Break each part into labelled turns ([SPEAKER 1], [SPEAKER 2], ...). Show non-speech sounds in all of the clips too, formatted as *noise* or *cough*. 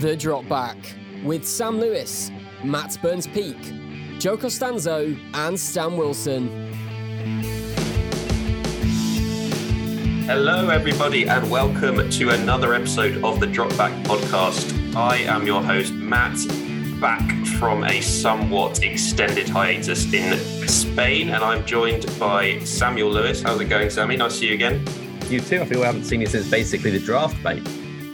[SPEAKER 1] The Drop Back with Sam Lewis, Matt Burns Peak, Joe Costanzo, and Stan Wilson.
[SPEAKER 2] Hello, everybody, and welcome to another episode of the Drop Back podcast. I am your host, Matt, back from a somewhat extended hiatus in Spain, and I'm joined by Samuel Lewis. How's it going, Sammy? Nice to see you again.
[SPEAKER 3] You too. I feel I haven't seen you since basically the draft, mate.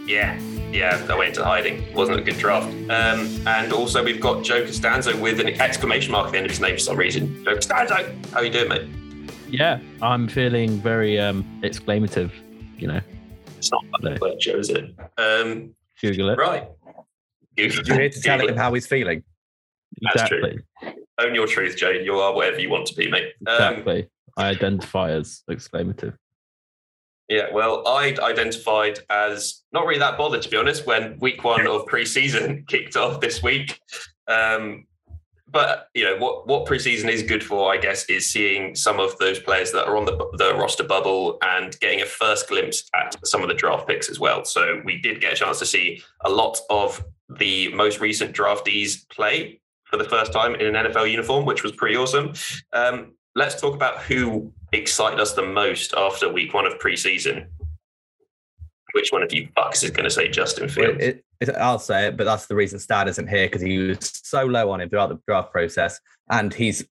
[SPEAKER 2] Yeah, yeah, I went into hiding. Wasn't a good draft. Um, and also, we've got Joe Costanzo with an exclamation mark at the end of his name for some reason. Joe Costanzo, how you doing, mate?
[SPEAKER 4] Yeah, I'm feeling very um exclamative, you know.
[SPEAKER 2] It's not
[SPEAKER 4] No.
[SPEAKER 2] but Joe, is it? Um,
[SPEAKER 4] Google it.
[SPEAKER 2] right. You're
[SPEAKER 3] You're here to tell
[SPEAKER 2] *laughs*
[SPEAKER 3] him how he's feeling.
[SPEAKER 2] that's true. Own your truth, Joe. You are whatever you want to be, mate. Um,
[SPEAKER 4] Exactly. I identify as exclamative.
[SPEAKER 2] Yeah, well, I identified as not really that bothered to be honest when week one of preseason *laughs* kicked off this week. Um, but you know what what preseason is good for, I guess, is seeing some of those players that are on the the roster bubble and getting a first glimpse at some of the draft picks as well. So we did get a chance to see a lot of the most recent draftees play for the first time in an NFL uniform, which was pretty awesome. Um, let's talk about who excited us the most after week one of preseason. Which one of you fucks is going to say Justin Fields?
[SPEAKER 3] It- it- I'll say it, but that's the reason Stan isn't here because he was so low on him throughout the draft process. And he's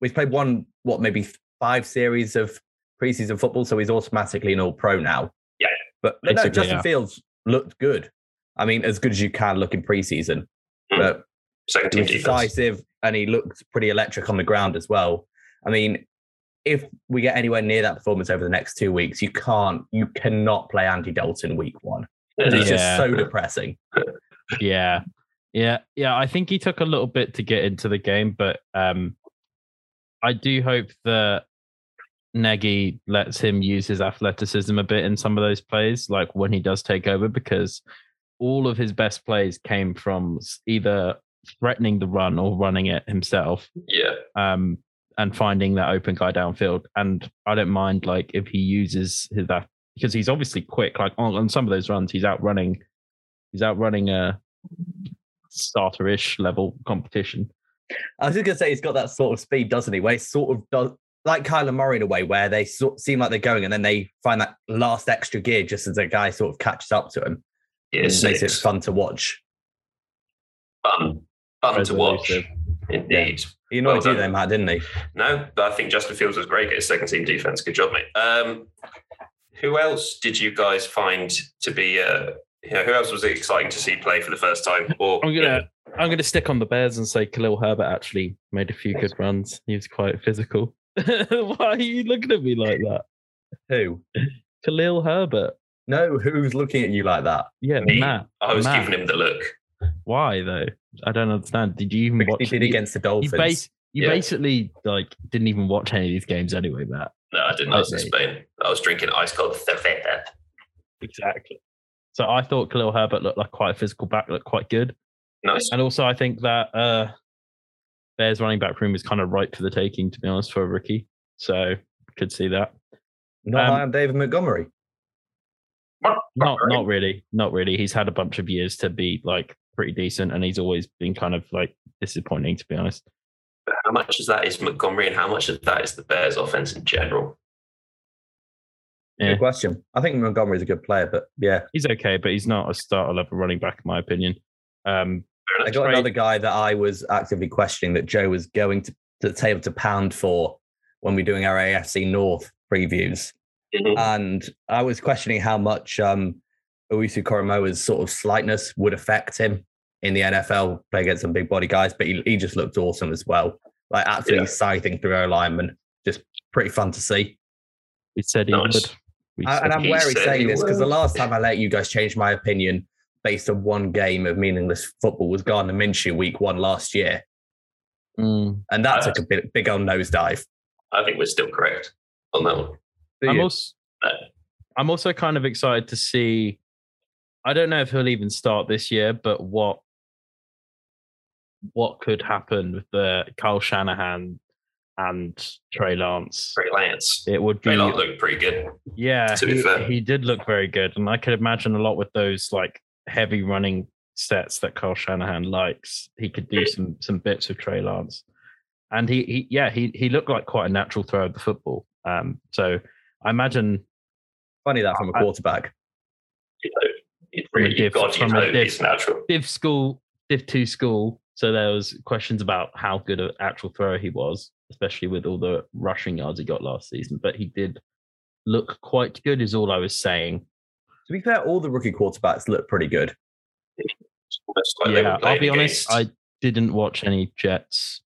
[SPEAKER 3] we've played one, what, maybe five series of preseason football, so he's automatically an all pro now.
[SPEAKER 2] Yeah.
[SPEAKER 3] But but no,
[SPEAKER 4] Basically,
[SPEAKER 3] Justin
[SPEAKER 4] yeah.
[SPEAKER 3] Fields looked good. I mean, as good as you can look in preseason.
[SPEAKER 2] Mm.
[SPEAKER 3] But
[SPEAKER 2] Second
[SPEAKER 3] He
[SPEAKER 2] team
[SPEAKER 3] was
[SPEAKER 2] defense.
[SPEAKER 3] decisive and he looked pretty electric on the ground as well. I mean, if we get anywhere near that performance over the next two weeks, you can't, you cannot play Andy Dalton week one. It's just
[SPEAKER 4] Yeah.
[SPEAKER 3] so depressing.
[SPEAKER 4] Yeah. Yeah. Yeah. I think he took a little bit to get into the game, but um I do hope that Nagy lets him use his athleticism a bit in some of those plays, like when he does take over, because all of his best plays came from s- either threatening the run or running it himself.
[SPEAKER 2] Yeah.
[SPEAKER 4] um, and finding that open guy downfield. And I don't mind like if he uses his that because he's obviously quick. Like on, on some of those runs, he's outrunning, he's outrunning a starter-ish level competition.
[SPEAKER 3] I was just going to say he's got that sort of speed, doesn't he? Where he sort of does, like Kyler Murray in a way, where they sort seem like they're going and then they find that last extra gear just as a guy sort of catches up to him.
[SPEAKER 2] Yeah,
[SPEAKER 3] Makes it
[SPEAKER 2] six.
[SPEAKER 3] fun to watch.
[SPEAKER 2] Fun. Fun to watch.
[SPEAKER 4] Resolutive.
[SPEAKER 2] Indeed.
[SPEAKER 3] He annoyed
[SPEAKER 2] Well
[SPEAKER 3] you
[SPEAKER 2] done.
[SPEAKER 3] then, Matt, didn't he?
[SPEAKER 2] No, but I think Justin Fields was great at his second team defense. Good job, mate. Um, who else did you guys find to be? Uh, you know, who else was it exciting to see play for the first time? Or
[SPEAKER 4] I'm gonna I'm gonna stick on the Bears and say Khalil Herbert actually made a few good runs. He was quite physical. *laughs* Why are you looking at me like that?
[SPEAKER 3] Who?
[SPEAKER 4] Khalil Herbert.
[SPEAKER 3] No, who's looking at you like that?
[SPEAKER 4] Yeah,
[SPEAKER 2] Me?
[SPEAKER 4] Matt.
[SPEAKER 2] I was
[SPEAKER 4] Matt.
[SPEAKER 2] giving him the look.
[SPEAKER 4] Why though? I don't understand. Did you even
[SPEAKER 3] Because
[SPEAKER 4] watch
[SPEAKER 3] he did
[SPEAKER 4] it?
[SPEAKER 3] against the
[SPEAKER 4] you
[SPEAKER 3] Dolphins.
[SPEAKER 4] base you
[SPEAKER 2] Yeah.
[SPEAKER 4] basically like didn't even watch any of these games anyway, Matt.
[SPEAKER 2] No, I didn't. I was in
[SPEAKER 4] Okay.
[SPEAKER 2] Spain. I was drinking ice cold Cerveza.
[SPEAKER 4] Exactly. So I thought Khalil Herbert looked like quite a physical back, looked quite good,
[SPEAKER 2] Nice.
[SPEAKER 4] and also I think that uh Bears running back room is kind of ripe for the taking, to be honest, for a rookie. So could see that.
[SPEAKER 3] Not
[SPEAKER 4] Um,
[SPEAKER 3] high on David Montgomery.
[SPEAKER 4] Not not really, not really. He's had a bunch of years to be like pretty decent, and he's always been kind of like disappointing, to be honest.
[SPEAKER 2] But how much of that is Montgomery and how much of that is the Bears offense in general?
[SPEAKER 4] Yeah.
[SPEAKER 3] Good question. I think Montgomery is a good player, but yeah,
[SPEAKER 4] He's okay, but he's not a starter level running back, in my opinion. Um,
[SPEAKER 2] Fair
[SPEAKER 3] I
[SPEAKER 2] enough.
[SPEAKER 3] got
[SPEAKER 4] right.
[SPEAKER 3] another guy that I was actively questioning that Joe was going to the table to pound for when we're doing our AFC North previews,
[SPEAKER 2] Mhm.
[SPEAKER 3] and I was questioning how much um, Owusu Koromoa's sort of slightness would affect him in the NFL play against some big body guys, but he, he just looked awesome as well, like absolutely scything through our linemen. Just pretty fun to see.
[SPEAKER 4] we said he
[SPEAKER 2] Nice.
[SPEAKER 4] would. We
[SPEAKER 3] I, and
[SPEAKER 4] said
[SPEAKER 3] I'm
[SPEAKER 2] he
[SPEAKER 3] wary
[SPEAKER 2] said he
[SPEAKER 3] saying this because the
[SPEAKER 2] would.
[SPEAKER 3] last time I let you guys change my opinion based on one game of meaningless football was Gardner Minshew week one last year.
[SPEAKER 4] he- Mm.
[SPEAKER 3] And that
[SPEAKER 2] Uh,
[SPEAKER 3] took a big, big old nosedive.
[SPEAKER 2] I think we're still correct on that one.
[SPEAKER 3] Do
[SPEAKER 4] I'm
[SPEAKER 3] you?
[SPEAKER 4] also,
[SPEAKER 2] No.
[SPEAKER 4] I'm also kind of excited to see. I don't know if he'll even start this year, but what what could happen with the Kyle Shanahan and Trey Lance?
[SPEAKER 2] Trey Lance.
[SPEAKER 4] It would be
[SPEAKER 2] Trey Lance looked pretty good.
[SPEAKER 4] yeah.
[SPEAKER 2] to be
[SPEAKER 4] he,
[SPEAKER 2] fair.
[SPEAKER 4] he did look very good, and I could imagine a lot with those like heavy running sets that Carl Shanahan likes. He could do some some bits with Trey Lance, and he, he yeah he he looked like quite a natural thrower of the football. Um, so I imagine
[SPEAKER 3] Funny that from a
[SPEAKER 4] I-
[SPEAKER 3] quarterback.
[SPEAKER 2] You know, it
[SPEAKER 4] From a
[SPEAKER 2] really,
[SPEAKER 4] diff-
[SPEAKER 2] God, you
[SPEAKER 4] from a
[SPEAKER 2] know,
[SPEAKER 4] diff-
[SPEAKER 2] it's natural.
[SPEAKER 4] Div school Div two school. So there was questions about how good an actual thrower he was, especially with all the rushing yards he got last season. But he did look quite good, is all I was saying.
[SPEAKER 3] To be fair, all the rookie quarterbacks look pretty good.
[SPEAKER 2] It's almost like they
[SPEAKER 4] yeah,
[SPEAKER 2] were
[SPEAKER 4] I'll
[SPEAKER 2] playing
[SPEAKER 4] be honest.
[SPEAKER 2] against-
[SPEAKER 4] I didn't watch any Jets.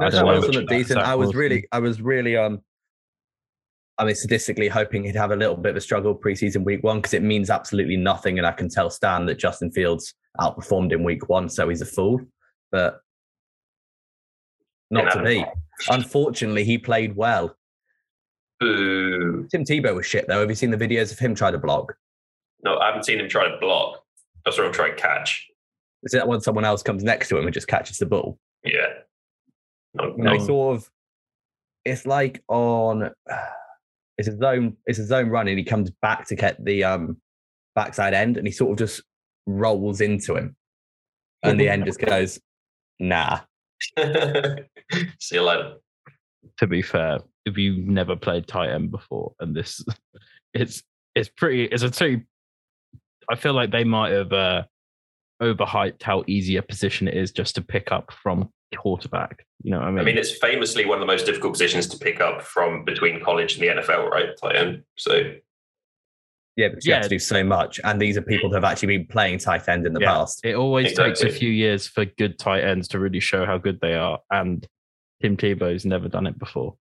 [SPEAKER 4] I
[SPEAKER 3] I
[SPEAKER 4] don't know
[SPEAKER 3] Wilson
[SPEAKER 4] much
[SPEAKER 3] looked
[SPEAKER 4] about
[SPEAKER 3] decent.
[SPEAKER 4] Zach
[SPEAKER 3] I was
[SPEAKER 4] Wilson.
[SPEAKER 3] really, I was really, um, I mean, statistically hoping he'd have a little bit of a struggle preseason week one because it means absolutely nothing, and I can tell Stan that Justin Fields outperformed in week one, so he's a fool. But not to be. Unfortunately, he played well.
[SPEAKER 2] Boo.
[SPEAKER 3] Tim Tebow was shit though. Have you seen the videos of him try to block?
[SPEAKER 2] No, I haven't seen him try to block. I saw him try and catch.
[SPEAKER 3] Is that when someone else comes next to him and just catches the ball?
[SPEAKER 2] Yeah. No,
[SPEAKER 3] And they
[SPEAKER 2] no.
[SPEAKER 3] sort of it's like on it's a zone it's a zone run and he comes back to get the um backside end and he sort of just rolls into him and the end just goes nah
[SPEAKER 2] *laughs* See you later.
[SPEAKER 4] To be fair, if you've never played tight end before, and this, *laughs* it's it's pretty. It's a two. I feel like they might have uh, overhyped how easy a position it is just to pick up from quarterback. You know what I mean?
[SPEAKER 2] I mean, it's famously one of the most difficult positions to pick up from between college and the NFL, right? Tight end. So
[SPEAKER 3] yeah because you have
[SPEAKER 4] Yeah.
[SPEAKER 3] to do so much and these are people that have actually been playing tight end in the
[SPEAKER 4] Yeah.
[SPEAKER 3] past
[SPEAKER 4] It always takes a
[SPEAKER 2] Exactly.
[SPEAKER 4] few years for good tight ends to really show how good they are, and Tim Tebow's never done it before.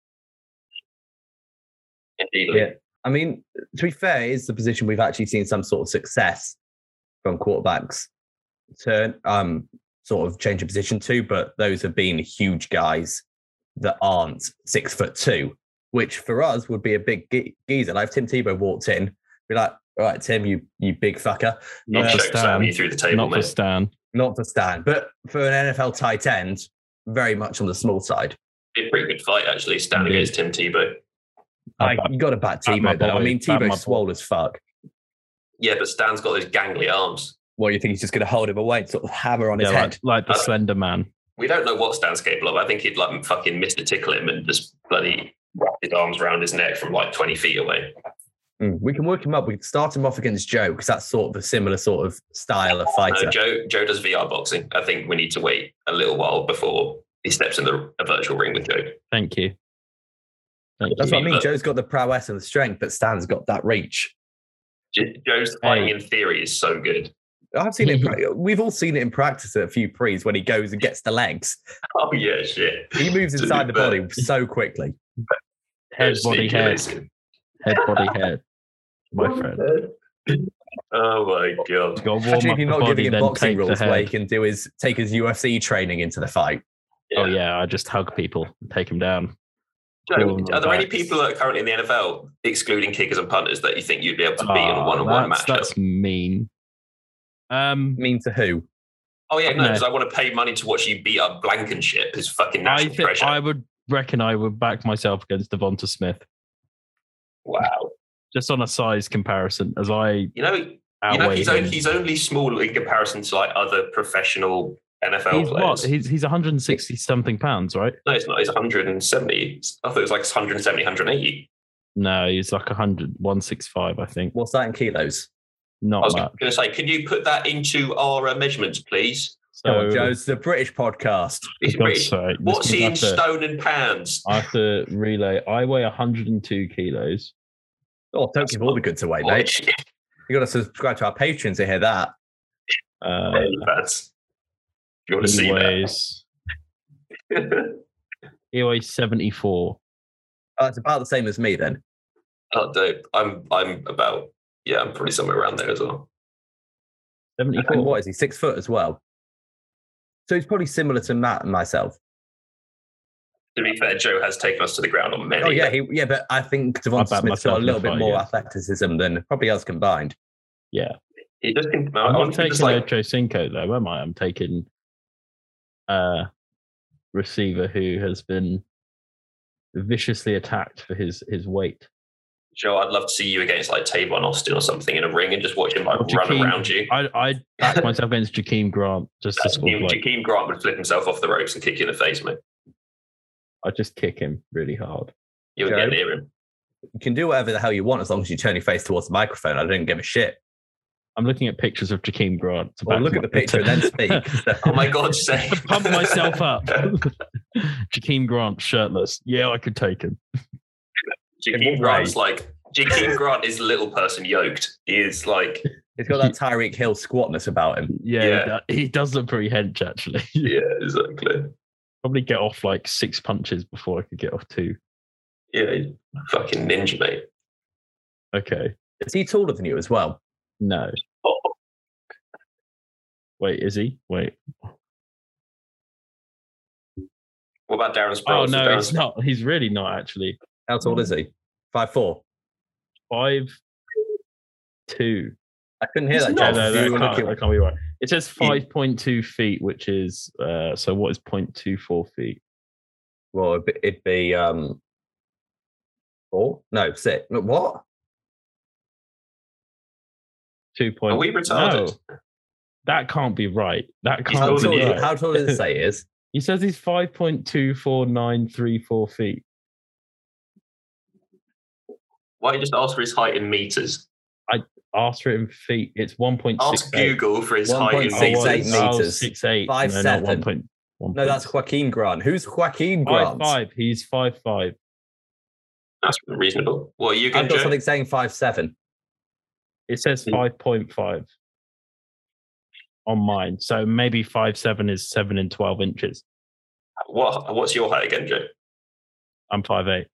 [SPEAKER 2] indeed.
[SPEAKER 3] Yeah. I mean, to be fair, it is the position we've actually seen some sort of success from quarterbacks turn um sort of change of position to, but those have been huge guys that aren't six foot two, which for us would be a big ge- geezer. Like if Tim Tebow walked in, be like, all right, Tim, you you big fucker.
[SPEAKER 4] Not
[SPEAKER 2] He
[SPEAKER 4] for
[SPEAKER 2] chokes
[SPEAKER 4] Stan.
[SPEAKER 2] you through the table,
[SPEAKER 4] Not for
[SPEAKER 2] mate.
[SPEAKER 4] Stan.
[SPEAKER 3] Not for Stan, but for an NFL tight end, very much on the small side.
[SPEAKER 2] Be a pretty good fight, actually. Stan
[SPEAKER 4] Indeed.
[SPEAKER 2] against Tim Tebow.
[SPEAKER 3] I,
[SPEAKER 4] Bad-
[SPEAKER 3] you got to uh, bat
[SPEAKER 4] Bad my
[SPEAKER 3] Tebow. though. I
[SPEAKER 4] boy.
[SPEAKER 3] mean,
[SPEAKER 4] Bad my boy.
[SPEAKER 3] Tebow's swole as fuck.
[SPEAKER 2] Yeah, but Stan's got those gangly arms.
[SPEAKER 3] Well, you think he's just going to hold him away, and sort of hammer on
[SPEAKER 4] yeah,
[SPEAKER 3] his head?
[SPEAKER 4] like, like the
[SPEAKER 2] Uh,
[SPEAKER 4] Slender Man.
[SPEAKER 2] We don't know what Stan's capable of. I think he'd like fucking Mr. Tickle him and just bloody wrap his arms around his neck from like 20 feet away.
[SPEAKER 3] Mm, we can work him up. We can start him off against Joe because that's sort of a similar sort of style of
[SPEAKER 2] No,
[SPEAKER 3] fighter.
[SPEAKER 2] Joe Joe does VR boxing. I think we need to wait a little while before he steps in the a virtual ring with Joe.
[SPEAKER 4] Thank you. Thank
[SPEAKER 3] that's
[SPEAKER 4] you.
[SPEAKER 3] what I mean.
[SPEAKER 2] but-
[SPEAKER 3] Joe's got the prowess and the strength, but Stan's got that reach.
[SPEAKER 2] J- Joe's fighting in theory is so good. *laughs*
[SPEAKER 3] I've seen it. in pra- We've all seen it in practice at a few pre's when he goes and gets the legs.
[SPEAKER 2] Oh yeah, shit.
[SPEAKER 4] *laughs*
[SPEAKER 3] He moves
[SPEAKER 2] To be
[SPEAKER 3] inside the
[SPEAKER 2] fair,
[SPEAKER 3] body so quickly.
[SPEAKER 4] Head,
[SPEAKER 2] Joe's
[SPEAKER 4] body,
[SPEAKER 2] sneaky
[SPEAKER 4] head,
[SPEAKER 2] amazing.
[SPEAKER 4] head, body, head. My friend.
[SPEAKER 2] Oh my god.
[SPEAKER 4] Got warm
[SPEAKER 3] Imagine
[SPEAKER 4] up
[SPEAKER 3] if
[SPEAKER 4] the
[SPEAKER 3] you're not
[SPEAKER 4] body,
[SPEAKER 3] giving him
[SPEAKER 4] then
[SPEAKER 3] boxing
[SPEAKER 4] take the
[SPEAKER 3] rules where he
[SPEAKER 4] head.
[SPEAKER 3] can do his take his UFC training into the fight.
[SPEAKER 4] Oh yeah, I just hug people, take them down.
[SPEAKER 2] Joe,
[SPEAKER 4] Cool.
[SPEAKER 2] are there any people that are currently in the NFL, excluding kickers and punters, that you think you'd be able to beat in a
[SPEAKER 4] Ah,
[SPEAKER 2] one-on-one
[SPEAKER 4] that's,
[SPEAKER 2] matchup?
[SPEAKER 4] that's mean. Um,
[SPEAKER 3] Mean to who?
[SPEAKER 2] Oh yeah, no,
[SPEAKER 4] No.
[SPEAKER 2] because I want to pay money to watch you beat up Blankenship, his fucking
[SPEAKER 4] I
[SPEAKER 2] national
[SPEAKER 4] think
[SPEAKER 2] treasure.
[SPEAKER 4] I would reckon I would back myself against Devonta Smith
[SPEAKER 2] Wow.
[SPEAKER 4] just on a size comparison, as I
[SPEAKER 2] You know,
[SPEAKER 4] outweigh
[SPEAKER 2] you know, he's
[SPEAKER 4] him.
[SPEAKER 2] only, he's only small in comparison to like other professional NFL players.
[SPEAKER 4] He's what? He's he's 160 something pounds, right?
[SPEAKER 2] no, it's not. He's 170. I thought it was like 170, 180.
[SPEAKER 4] No, he's like 100, 165, I think.
[SPEAKER 3] What's that in kilos?
[SPEAKER 2] I
[SPEAKER 4] Not
[SPEAKER 2] was
[SPEAKER 4] that.
[SPEAKER 2] going to say, can you put that into our uh, measurements, please?
[SPEAKER 4] So,
[SPEAKER 3] Come on, Joe. It's the British podcast.
[SPEAKER 2] It's
[SPEAKER 4] for
[SPEAKER 2] really-
[SPEAKER 4] God's sake, this
[SPEAKER 2] What's he in
[SPEAKER 4] means I have to-
[SPEAKER 2] stone and pounds?
[SPEAKER 4] I have to relay. I weigh 102 kilos.
[SPEAKER 3] Oh, don't give all the goods away, mate.
[SPEAKER 2] Shit,
[SPEAKER 3] You got to subscribe to our patrons to hear that.
[SPEAKER 4] Uh,
[SPEAKER 2] that's- if you want to
[SPEAKER 4] he
[SPEAKER 2] see that?
[SPEAKER 4] weighs he weighs 74.
[SPEAKER 3] Oh, it's about the same as me then.
[SPEAKER 2] *laughs* oh, dope. I'm, I'm about, yeah, I'm probably somewhere around there as well.
[SPEAKER 3] And
[SPEAKER 4] 74.
[SPEAKER 3] what is he? Six foot as well. So he's probably similar to Matt and myself.
[SPEAKER 2] To be fair, Joe has taken us to the ground on many.
[SPEAKER 3] Oh yeah, he, yeah, but I think
[SPEAKER 4] I
[SPEAKER 3] Devon
[SPEAKER 4] backed
[SPEAKER 3] Smith's got
[SPEAKER 4] myself
[SPEAKER 3] a
[SPEAKER 4] in
[SPEAKER 3] little
[SPEAKER 4] the
[SPEAKER 3] bit
[SPEAKER 4] fight,
[SPEAKER 3] more
[SPEAKER 4] yeah.
[SPEAKER 3] athleticism than probably us combined.
[SPEAKER 4] Yeah.
[SPEAKER 2] He just can.
[SPEAKER 4] I'm
[SPEAKER 2] honestly,
[SPEAKER 4] not taking
[SPEAKER 2] just like,
[SPEAKER 4] Ocho Cinco, though, am I? I'm taking uh, a receiver who has been viciously attacked for his his weight.
[SPEAKER 2] Joe, I'd love to see you against like Tavon Austin or something in a ring and just watch him like
[SPEAKER 4] Or
[SPEAKER 2] run
[SPEAKER 4] Jakeem-
[SPEAKER 2] around you.
[SPEAKER 4] I I
[SPEAKER 2] *laughs*
[SPEAKER 4] back myself against Jakeem Grant just to sort of
[SPEAKER 2] Jakeem
[SPEAKER 4] like
[SPEAKER 2] Jakeem Grant would flip himself off the ropes and kick you in the face, mate.
[SPEAKER 4] I just kick him really hard.
[SPEAKER 2] You would
[SPEAKER 3] Joe?
[SPEAKER 2] get near him.
[SPEAKER 3] You can do whatever the hell you want as long as you turn your face towards the microphone. I don't give a shit.
[SPEAKER 4] I'm looking at pictures of Jakeem Grant. to
[SPEAKER 3] Well,
[SPEAKER 4] back
[SPEAKER 3] look
[SPEAKER 4] my-
[SPEAKER 3] at the picture
[SPEAKER 4] *laughs*
[SPEAKER 3] and then speak. *laughs* So-
[SPEAKER 2] Oh my God, say.
[SPEAKER 4] to pump
[SPEAKER 2] *laughs*
[SPEAKER 4] myself up. Jakeem Grant shirtless. Yeah, I could take him.
[SPEAKER 2] Jakeem Grant's like,
[SPEAKER 4] *laughs*
[SPEAKER 2] Jakeem Grant is little person yoked. He is like,
[SPEAKER 3] He's got that Tyreek Hill squatness about him.
[SPEAKER 4] Yeah,
[SPEAKER 2] Yeah.
[SPEAKER 4] He, do- he does look pretty hench actually. *laughs*
[SPEAKER 2] yeah, exactly.
[SPEAKER 4] Probably get off like six punches before I could get off two.
[SPEAKER 2] Yeah, he's a fucking ninja, mate.
[SPEAKER 4] Okay.
[SPEAKER 3] Is he taller than you as well?
[SPEAKER 4] No.
[SPEAKER 2] Oh.
[SPEAKER 4] Wait, is he? Wait.
[SPEAKER 2] What about Darren
[SPEAKER 4] Oh
[SPEAKER 2] Sproles?
[SPEAKER 4] no,
[SPEAKER 2] Darren
[SPEAKER 4] he's not. He's really not actually.
[SPEAKER 3] How tall is he? Five four.
[SPEAKER 4] Five two.
[SPEAKER 3] I couldn't hear
[SPEAKER 2] He's
[SPEAKER 3] that.
[SPEAKER 2] not-
[SPEAKER 4] No,
[SPEAKER 3] Jeff.
[SPEAKER 4] no,
[SPEAKER 3] You
[SPEAKER 4] no,
[SPEAKER 3] were
[SPEAKER 4] I can't,
[SPEAKER 3] looking-
[SPEAKER 4] I can't be right. It says five point two feet, which is uh so what is 0.24 feet?
[SPEAKER 3] Well, it'd be, it'd be um four. No, six. No, What?
[SPEAKER 4] Two
[SPEAKER 2] Are
[SPEAKER 4] point
[SPEAKER 2] we retarded?
[SPEAKER 4] that can't be right. That
[SPEAKER 2] He's
[SPEAKER 4] can't
[SPEAKER 3] How
[SPEAKER 2] older
[SPEAKER 4] be
[SPEAKER 3] tall,
[SPEAKER 2] than you.
[SPEAKER 4] right.
[SPEAKER 3] how tall does it say he is?
[SPEAKER 4] He says he's five point two four nine three four feet.
[SPEAKER 2] Why don't you just ask for his height in meters?
[SPEAKER 4] Ask for it in feet. It's one point
[SPEAKER 2] Ask
[SPEAKER 4] six eight. oh
[SPEAKER 2] Google for his height in
[SPEAKER 3] 1.68
[SPEAKER 2] meters.
[SPEAKER 3] meters.
[SPEAKER 4] six eight.
[SPEAKER 3] Five
[SPEAKER 4] no,
[SPEAKER 3] seven.
[SPEAKER 4] Not one point, one
[SPEAKER 3] No, that's
[SPEAKER 4] point-
[SPEAKER 3] Joaquin Grant. Who's Joaquin
[SPEAKER 4] five
[SPEAKER 3] Grant?
[SPEAKER 4] five. He's five five.
[SPEAKER 2] That's reasonable. What are you
[SPEAKER 3] I've
[SPEAKER 2] going
[SPEAKER 3] got
[SPEAKER 2] to
[SPEAKER 3] something saying five seven.
[SPEAKER 4] It says
[SPEAKER 2] Hmm.
[SPEAKER 4] five point five on mine. So maybe five seven is seven and twelve inches.
[SPEAKER 2] What, what's your height again, Joe?
[SPEAKER 4] I'm five eight.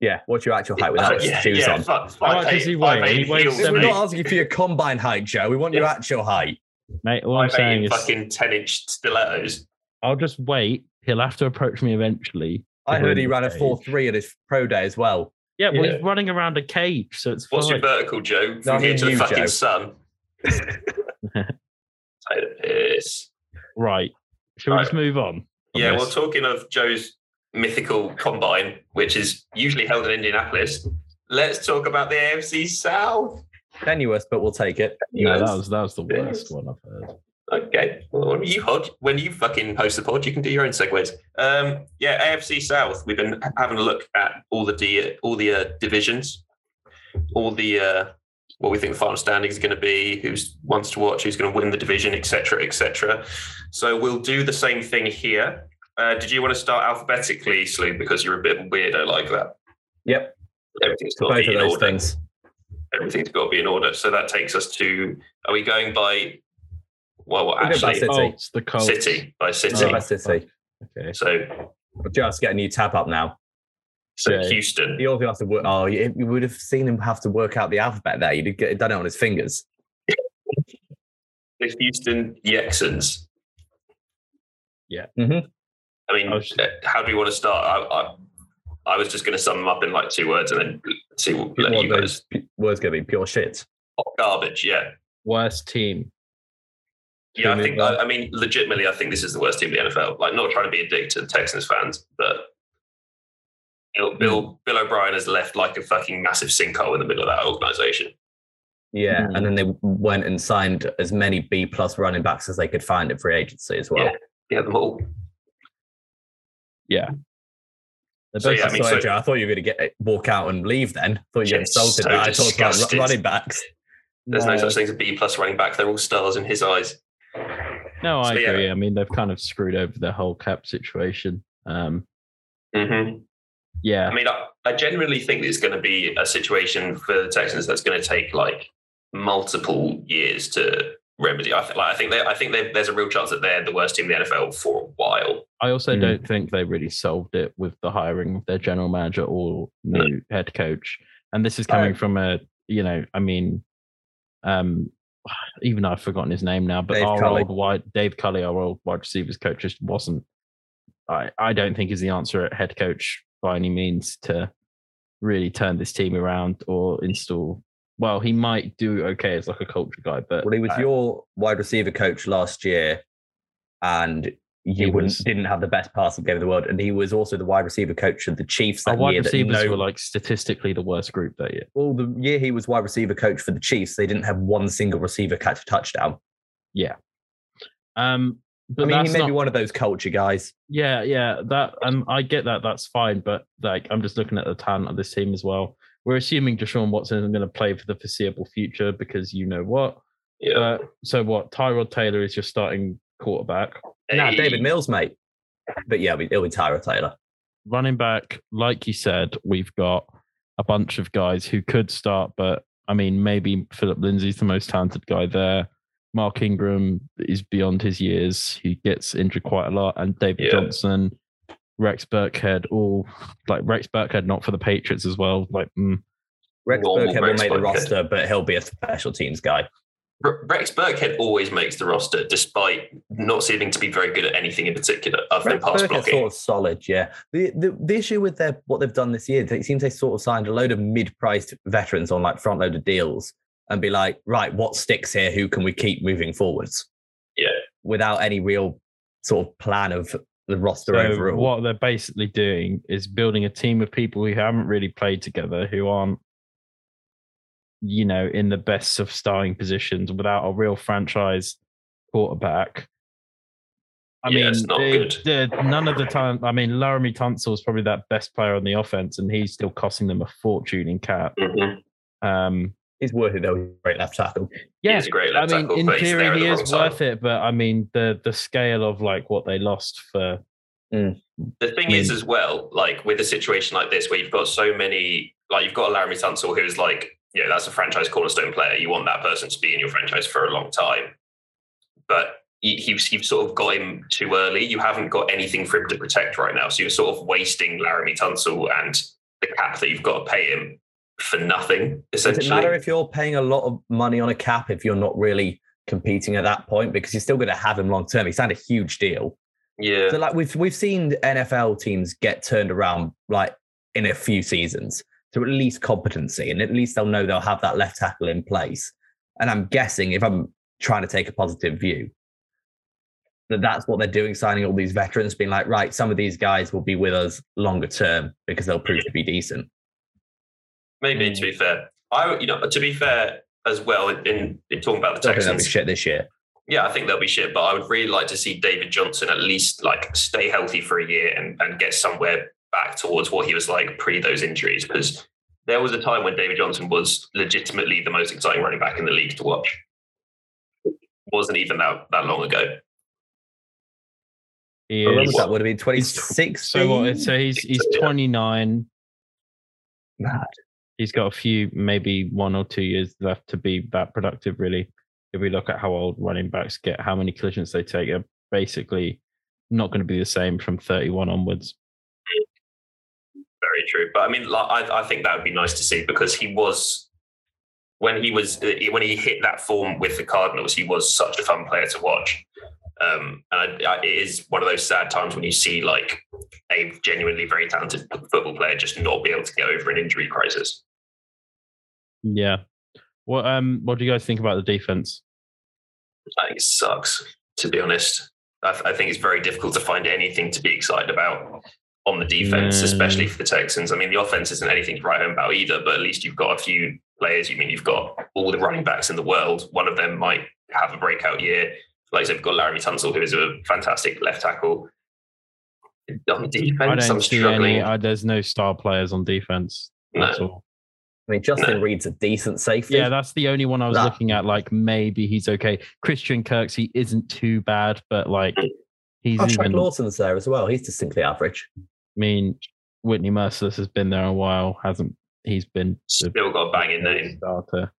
[SPEAKER 3] Yeah, what's your actual height without
[SPEAKER 2] yeah,
[SPEAKER 3] shoes
[SPEAKER 2] yeah,
[SPEAKER 3] on?
[SPEAKER 2] fi- Five,
[SPEAKER 4] How much does he weigh?
[SPEAKER 2] eight
[SPEAKER 4] He weighs
[SPEAKER 2] heels,
[SPEAKER 3] We're
[SPEAKER 4] seven-
[SPEAKER 2] mate.
[SPEAKER 3] not asking for your combine height, Joe. We want your actual height.
[SPEAKER 4] Mate, all I'm
[SPEAKER 2] Five eight
[SPEAKER 4] saying
[SPEAKER 2] in
[SPEAKER 4] is
[SPEAKER 2] fucking ten inch stilettos.
[SPEAKER 4] I'll just wait. He'll have to approach me eventually.
[SPEAKER 3] I heard he
[SPEAKER 4] Agreed.
[SPEAKER 3] ran a four three at his pro day as well.
[SPEAKER 4] Yeah, well,
[SPEAKER 2] Yeah.
[SPEAKER 4] he's running around a cage, so it's
[SPEAKER 2] What's
[SPEAKER 4] fine.
[SPEAKER 2] your vertical, Joe? From
[SPEAKER 3] I
[SPEAKER 2] here
[SPEAKER 3] mean
[SPEAKER 2] to the
[SPEAKER 3] you,
[SPEAKER 2] fucking
[SPEAKER 3] Joe.
[SPEAKER 2] sun. Take the piss.
[SPEAKER 4] right. Shall we
[SPEAKER 2] Right.
[SPEAKER 4] just move on? from
[SPEAKER 2] Yeah,
[SPEAKER 4] this?
[SPEAKER 2] well, talking of Joe's mythical combine, which is usually held in Indianapolis, let's talk about the AFC South.
[SPEAKER 3] Tenuous, but we'll take it.
[SPEAKER 4] No, that was that was the
[SPEAKER 2] Yes.
[SPEAKER 4] worst one I've heard.
[SPEAKER 2] Okay. Well, when you hod, when you fucking host the pod, you can do your own segues. Um, yeah, AFC South. We've been having a look at all the D, all the uh, divisions, all the uh, what we think the final standing is going to be, who's wants to watch, who's going to win the division, etc., etc. So we'll do the same thing here. Uh, did you want to start alphabetically, Slew, because you're a bit weirdo like that?
[SPEAKER 3] Yep.
[SPEAKER 2] Everything's got to
[SPEAKER 3] Both
[SPEAKER 2] be
[SPEAKER 3] of
[SPEAKER 2] in
[SPEAKER 3] those
[SPEAKER 2] order.
[SPEAKER 3] things.
[SPEAKER 2] Everything's got to be in order. So that takes us to. Are we going by? Well, well
[SPEAKER 3] We'll go by
[SPEAKER 2] actually,
[SPEAKER 3] City.
[SPEAKER 4] Colts, the Colts.
[SPEAKER 2] City by City.
[SPEAKER 3] City by City.
[SPEAKER 4] Okay.
[SPEAKER 2] So,
[SPEAKER 3] Just get a new tab up now.
[SPEAKER 2] so
[SPEAKER 4] Okay.
[SPEAKER 2] Houston.
[SPEAKER 3] He also has to work. Oh, you, you would have seen him have to work out the alphabet there. You'd have get- done it on his fingers.
[SPEAKER 2] The Houston Yexans.
[SPEAKER 4] Yeah.
[SPEAKER 3] Mhm.
[SPEAKER 2] I mean,
[SPEAKER 4] I was-
[SPEAKER 2] uh, how do we want to start? I, I, I was just going to sum them up in like two words and then see what
[SPEAKER 3] One
[SPEAKER 2] let
[SPEAKER 3] of
[SPEAKER 2] you
[SPEAKER 3] those
[SPEAKER 2] guys.
[SPEAKER 3] p- words going to be pure shit.
[SPEAKER 2] Hot garbage. Yeah.
[SPEAKER 4] Worst team.
[SPEAKER 2] Yeah, I
[SPEAKER 3] Who
[SPEAKER 2] think.
[SPEAKER 3] moved on?
[SPEAKER 2] I, I mean, legitimately, I think this is the worst team in the NFL. Like, not trying to be a dick to the Texans fans, but Bill Bill, Bill O'Brien has left like a fucking massive sinkhole in the middle of that organization.
[SPEAKER 3] Yeah,
[SPEAKER 4] Mhm.
[SPEAKER 3] and then they went and signed as many B plus running backs as they could find at free agency as well.
[SPEAKER 2] Yeah, them all.
[SPEAKER 3] They're
[SPEAKER 2] So,
[SPEAKER 3] both-
[SPEAKER 2] yeah, I mean,
[SPEAKER 3] sorry,
[SPEAKER 2] so-
[SPEAKER 3] Joe, I thought you were going to get eh, walk out and leave. Then thought you
[SPEAKER 2] Yeah,
[SPEAKER 3] were insulted.
[SPEAKER 2] so
[SPEAKER 3] that I talked about
[SPEAKER 2] disgusted.
[SPEAKER 3] ru- running
[SPEAKER 4] *laughs*
[SPEAKER 3] backs.
[SPEAKER 2] There's no,
[SPEAKER 4] no,
[SPEAKER 2] such thing as a B plus running back. They're all stars in his eyes.
[SPEAKER 4] no, I
[SPEAKER 2] So, yeah.
[SPEAKER 4] agree. I mean, they've kind of screwed over their whole cap situation. Um,
[SPEAKER 2] Mm-hmm.
[SPEAKER 4] yeah,
[SPEAKER 2] I mean, I, I genuinely think it's going to be a situation for the Texans that's going to take like multiple years to remedy. I, th- like, I think they, I think they, there's a real chance that they're the worst team in the NFL for a while.
[SPEAKER 4] I also
[SPEAKER 3] Hmm.
[SPEAKER 4] don't think they really solved it with the hiring of their general manager or new
[SPEAKER 3] Hmm.
[SPEAKER 4] head coach. And this is
[SPEAKER 3] Oh.
[SPEAKER 4] coming from a, you know, I mean, um, even I've forgotten his name now, but
[SPEAKER 3] Dave
[SPEAKER 4] our
[SPEAKER 3] Culley.
[SPEAKER 4] old wide Dave Cully, our old wide receivers coach, just wasn't. I I don't think is the answer at head coach by any means to really turn this team around or install. Well, he might do okay as like a culture guy, but
[SPEAKER 3] Well, he was
[SPEAKER 4] I-
[SPEAKER 3] your wide receiver coach last year, and you
[SPEAKER 4] He
[SPEAKER 3] wouldn't
[SPEAKER 4] was-
[SPEAKER 3] didn't have the best passing game in the world, and he was also the wide receiver coach of the Chiefs
[SPEAKER 4] Our
[SPEAKER 3] that
[SPEAKER 4] wide
[SPEAKER 3] year. that
[SPEAKER 4] receivers
[SPEAKER 3] no-
[SPEAKER 4] were like statistically the worst group that year.
[SPEAKER 3] well, the year he was wide receiver coach for the Chiefs, they didn't have one single receiver catch a touchdown.
[SPEAKER 4] Um, but
[SPEAKER 3] I mean, he
[SPEAKER 4] that's
[SPEAKER 3] may
[SPEAKER 4] not,
[SPEAKER 3] be one of those culture guys.
[SPEAKER 4] Yeah, yeah, that and I get that. That's fine, but like I'm just looking at the talent of this team as well. We're assuming Deshaun Watson isn't going to play for the foreseeable future because you know what.
[SPEAKER 2] Yeah.
[SPEAKER 4] Uh, so what? Tyrod Taylor is your starting quarterback,
[SPEAKER 3] Nah,
[SPEAKER 4] Eh,
[SPEAKER 2] Hey.
[SPEAKER 3] David Mills, mate. But yeah, it'll be, it'll be Tyra Taylor.
[SPEAKER 4] running back. Like you said, we've got a bunch of guys who could start, but I mean, maybe Philip Lindsay's the most talented guy there. Mark Ingram is beyond his years. He gets injured quite a lot. And David
[SPEAKER 2] Yeah.
[SPEAKER 4] Johnson, Rex Burkhead, all like Rex Burkhead, not for the Patriots as well. Like, mm,
[SPEAKER 3] Rex
[SPEAKER 2] Normal
[SPEAKER 3] Burkhead will
[SPEAKER 2] Rex
[SPEAKER 3] make the
[SPEAKER 2] Burkhead.
[SPEAKER 3] roster, but he'll be a special teams guy.
[SPEAKER 2] R- Rex Burkhead always makes the roster, despite not seeming to be very good at anything in particular, other than
[SPEAKER 3] Rex
[SPEAKER 2] pass
[SPEAKER 3] Burkhead's
[SPEAKER 2] blocking.
[SPEAKER 3] sort of solid, yeah. The, the the issue with their what they've done this year, they seem they sort of signed a load of mid-priced veterans on like front-loaded deals and be like, right, what sticks here? Who can we keep moving forwards?
[SPEAKER 2] Yeah.
[SPEAKER 3] Without any real sort of plan of the roster
[SPEAKER 4] so
[SPEAKER 3] overall.
[SPEAKER 4] what they're basically doing is building a team of people who haven't really played together, who aren't, you know, in the best of starting positions without a real franchise quarterback. I
[SPEAKER 2] Yeah,
[SPEAKER 4] mean,
[SPEAKER 2] it's not
[SPEAKER 4] they-
[SPEAKER 2] good.
[SPEAKER 4] they're- none of the time. I mean, Laramie Tunsil is probably that best player on the offense, and he's still costing them a fortune in cap.
[SPEAKER 2] Mhm.
[SPEAKER 4] Um,
[SPEAKER 3] He's worth it though, he's a great left tackle.
[SPEAKER 2] He
[SPEAKER 4] yeah,
[SPEAKER 2] is a great
[SPEAKER 4] I
[SPEAKER 2] left
[SPEAKER 4] mean,
[SPEAKER 2] tackle,
[SPEAKER 4] in
[SPEAKER 2] but he's there
[SPEAKER 4] theory,
[SPEAKER 2] at
[SPEAKER 4] he
[SPEAKER 2] the wrong
[SPEAKER 4] is
[SPEAKER 2] time.
[SPEAKER 4] worth it, but I mean, the the scale of like what they lost for
[SPEAKER 2] The thing is, as well, like with a situation like this, where you've got so many, like you've got a Laramie Tunsil who's like, you know, that's a franchise cornerstone player. You want that person to be in your franchise for a long time, but you- you've you've sort of got him too early. You haven't got anything for him to protect right now, so you're sort of wasting Laramie Tunsil and the cap that you've got to pay him for nothing.
[SPEAKER 3] Does
[SPEAKER 2] Essentially,
[SPEAKER 3] it matter if you're paying a lot of money on a cap if you're not really competing at that point? Because you're still going to have him long term. He signed a huge deal.
[SPEAKER 2] yeah.
[SPEAKER 3] So like we've we've seen NFL teams get turned around like in a few seasons to at least competency, and at least they'll know they'll have that left tackle in place. And I'm guessing if I'm trying to take a positive view, that that's what they're doing, signing all these veterans, being like, right, some of these guys will be with us longer term because they'll prove to be decent.
[SPEAKER 2] Maybe
[SPEAKER 3] Mm.
[SPEAKER 2] to be fair, I you know to be fair as well in, in, in talking about the
[SPEAKER 3] Don't think they'll be
[SPEAKER 2] Texans.
[SPEAKER 3] shit this year.
[SPEAKER 2] Yeah, I think they'll be shit, but I would really like to see David Johnson at least like stay healthy for a year and, and get somewhere back towards what he was like pre those injuries. Because there was a time when David Johnson was legitimately the most exciting running back in the league to watch. Wasn't even that that long ago.
[SPEAKER 4] he
[SPEAKER 3] What
[SPEAKER 2] Yeah,
[SPEAKER 3] was
[SPEAKER 4] is-
[SPEAKER 2] he's-
[SPEAKER 3] that? Would have been 26.
[SPEAKER 4] So what? So he's he's
[SPEAKER 2] Yeah.
[SPEAKER 4] 29. He's got a few, maybe one or two years left to be that productive. Really, if we look at how old running backs get, how many collisions they take, are basically not going to be the same from 31 onwards.
[SPEAKER 2] Very true. But I mean, like, I, I think that would be nice to see because he was when he was when he hit that form with the Cardinals, he was such a fun player to watch. Um, and I, I, it is one of those sad times when you see like a genuinely very talented football player just not be able to get over an injury crisis.
[SPEAKER 4] Yeah. What um what do you guys think about the defense?
[SPEAKER 2] I think it sucks, to be honest. I, th- I think it's very difficult to find anything to be excited about on the defense,
[SPEAKER 4] Mm.
[SPEAKER 2] especially for the Texans. I mean, the offense isn't anything to write home about either, but at least you've got a few players. You mean you've got all the running backs in the world. One of them might have a breakout year. Like I said, we've got Larry Tunsil, who is a fantastic left tackle. On
[SPEAKER 4] I
[SPEAKER 2] defense, I'm
[SPEAKER 4] don't see
[SPEAKER 2] struggling.
[SPEAKER 4] any. I, there's no star players on defense.
[SPEAKER 2] No.
[SPEAKER 4] That's all.
[SPEAKER 3] I mean, Justin Reed's a decent safety.
[SPEAKER 4] Yeah, that's the only one I was
[SPEAKER 3] Nah.
[SPEAKER 4] looking at. Like maybe he's okay. Christian Kirksey isn't too bad, but like
[SPEAKER 2] Mm.
[SPEAKER 4] he's
[SPEAKER 3] Oh, Chuck
[SPEAKER 4] even
[SPEAKER 3] Lawson's there as well. He's distinctly average.
[SPEAKER 4] I mean, Whitney Merciless has been there a while, hasn't he's been the
[SPEAKER 2] Still got a banging name.
[SPEAKER 4] starter.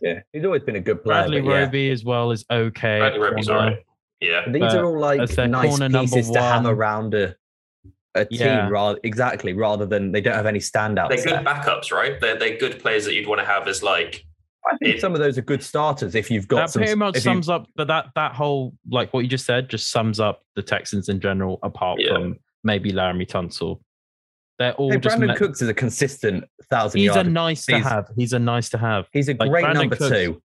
[SPEAKER 3] Yeah, he's always been a good player.
[SPEAKER 4] Bradley
[SPEAKER 3] but yeah.
[SPEAKER 4] Roby as well is okay.
[SPEAKER 2] Bradley Roby's all
[SPEAKER 4] Corner.
[SPEAKER 2] right. Yeah.
[SPEAKER 3] These
[SPEAKER 4] but
[SPEAKER 3] are all like
[SPEAKER 4] uh, as their
[SPEAKER 3] nice
[SPEAKER 4] corner number
[SPEAKER 3] pieces to have
[SPEAKER 4] one-
[SPEAKER 3] around a, a team,
[SPEAKER 4] Yeah.
[SPEAKER 3] rather exactly. Rather than they don't have any standouts.
[SPEAKER 2] They're
[SPEAKER 3] there.
[SPEAKER 2] good backups, right? They're, they're good players that you'd want to have as like
[SPEAKER 3] I think
[SPEAKER 2] It-
[SPEAKER 3] some of those are good starters if you've got
[SPEAKER 4] That
[SPEAKER 3] some.
[SPEAKER 4] pretty much
[SPEAKER 3] if you-
[SPEAKER 4] sums up, but that that whole like what you just said just sums up the Texans in general. Apart
[SPEAKER 2] Yeah.
[SPEAKER 4] from maybe Laramie Tunsil, they're all
[SPEAKER 3] hey,
[SPEAKER 4] just.
[SPEAKER 3] Brandon
[SPEAKER 4] met-
[SPEAKER 3] Cooks is a consistent thousand
[SPEAKER 4] he's a
[SPEAKER 3] yard.
[SPEAKER 4] nice to
[SPEAKER 3] He's-
[SPEAKER 4] have. He's a nice to have.
[SPEAKER 3] he's a
[SPEAKER 4] like,
[SPEAKER 3] great
[SPEAKER 4] Brandon
[SPEAKER 3] number
[SPEAKER 4] Cooks-
[SPEAKER 3] two.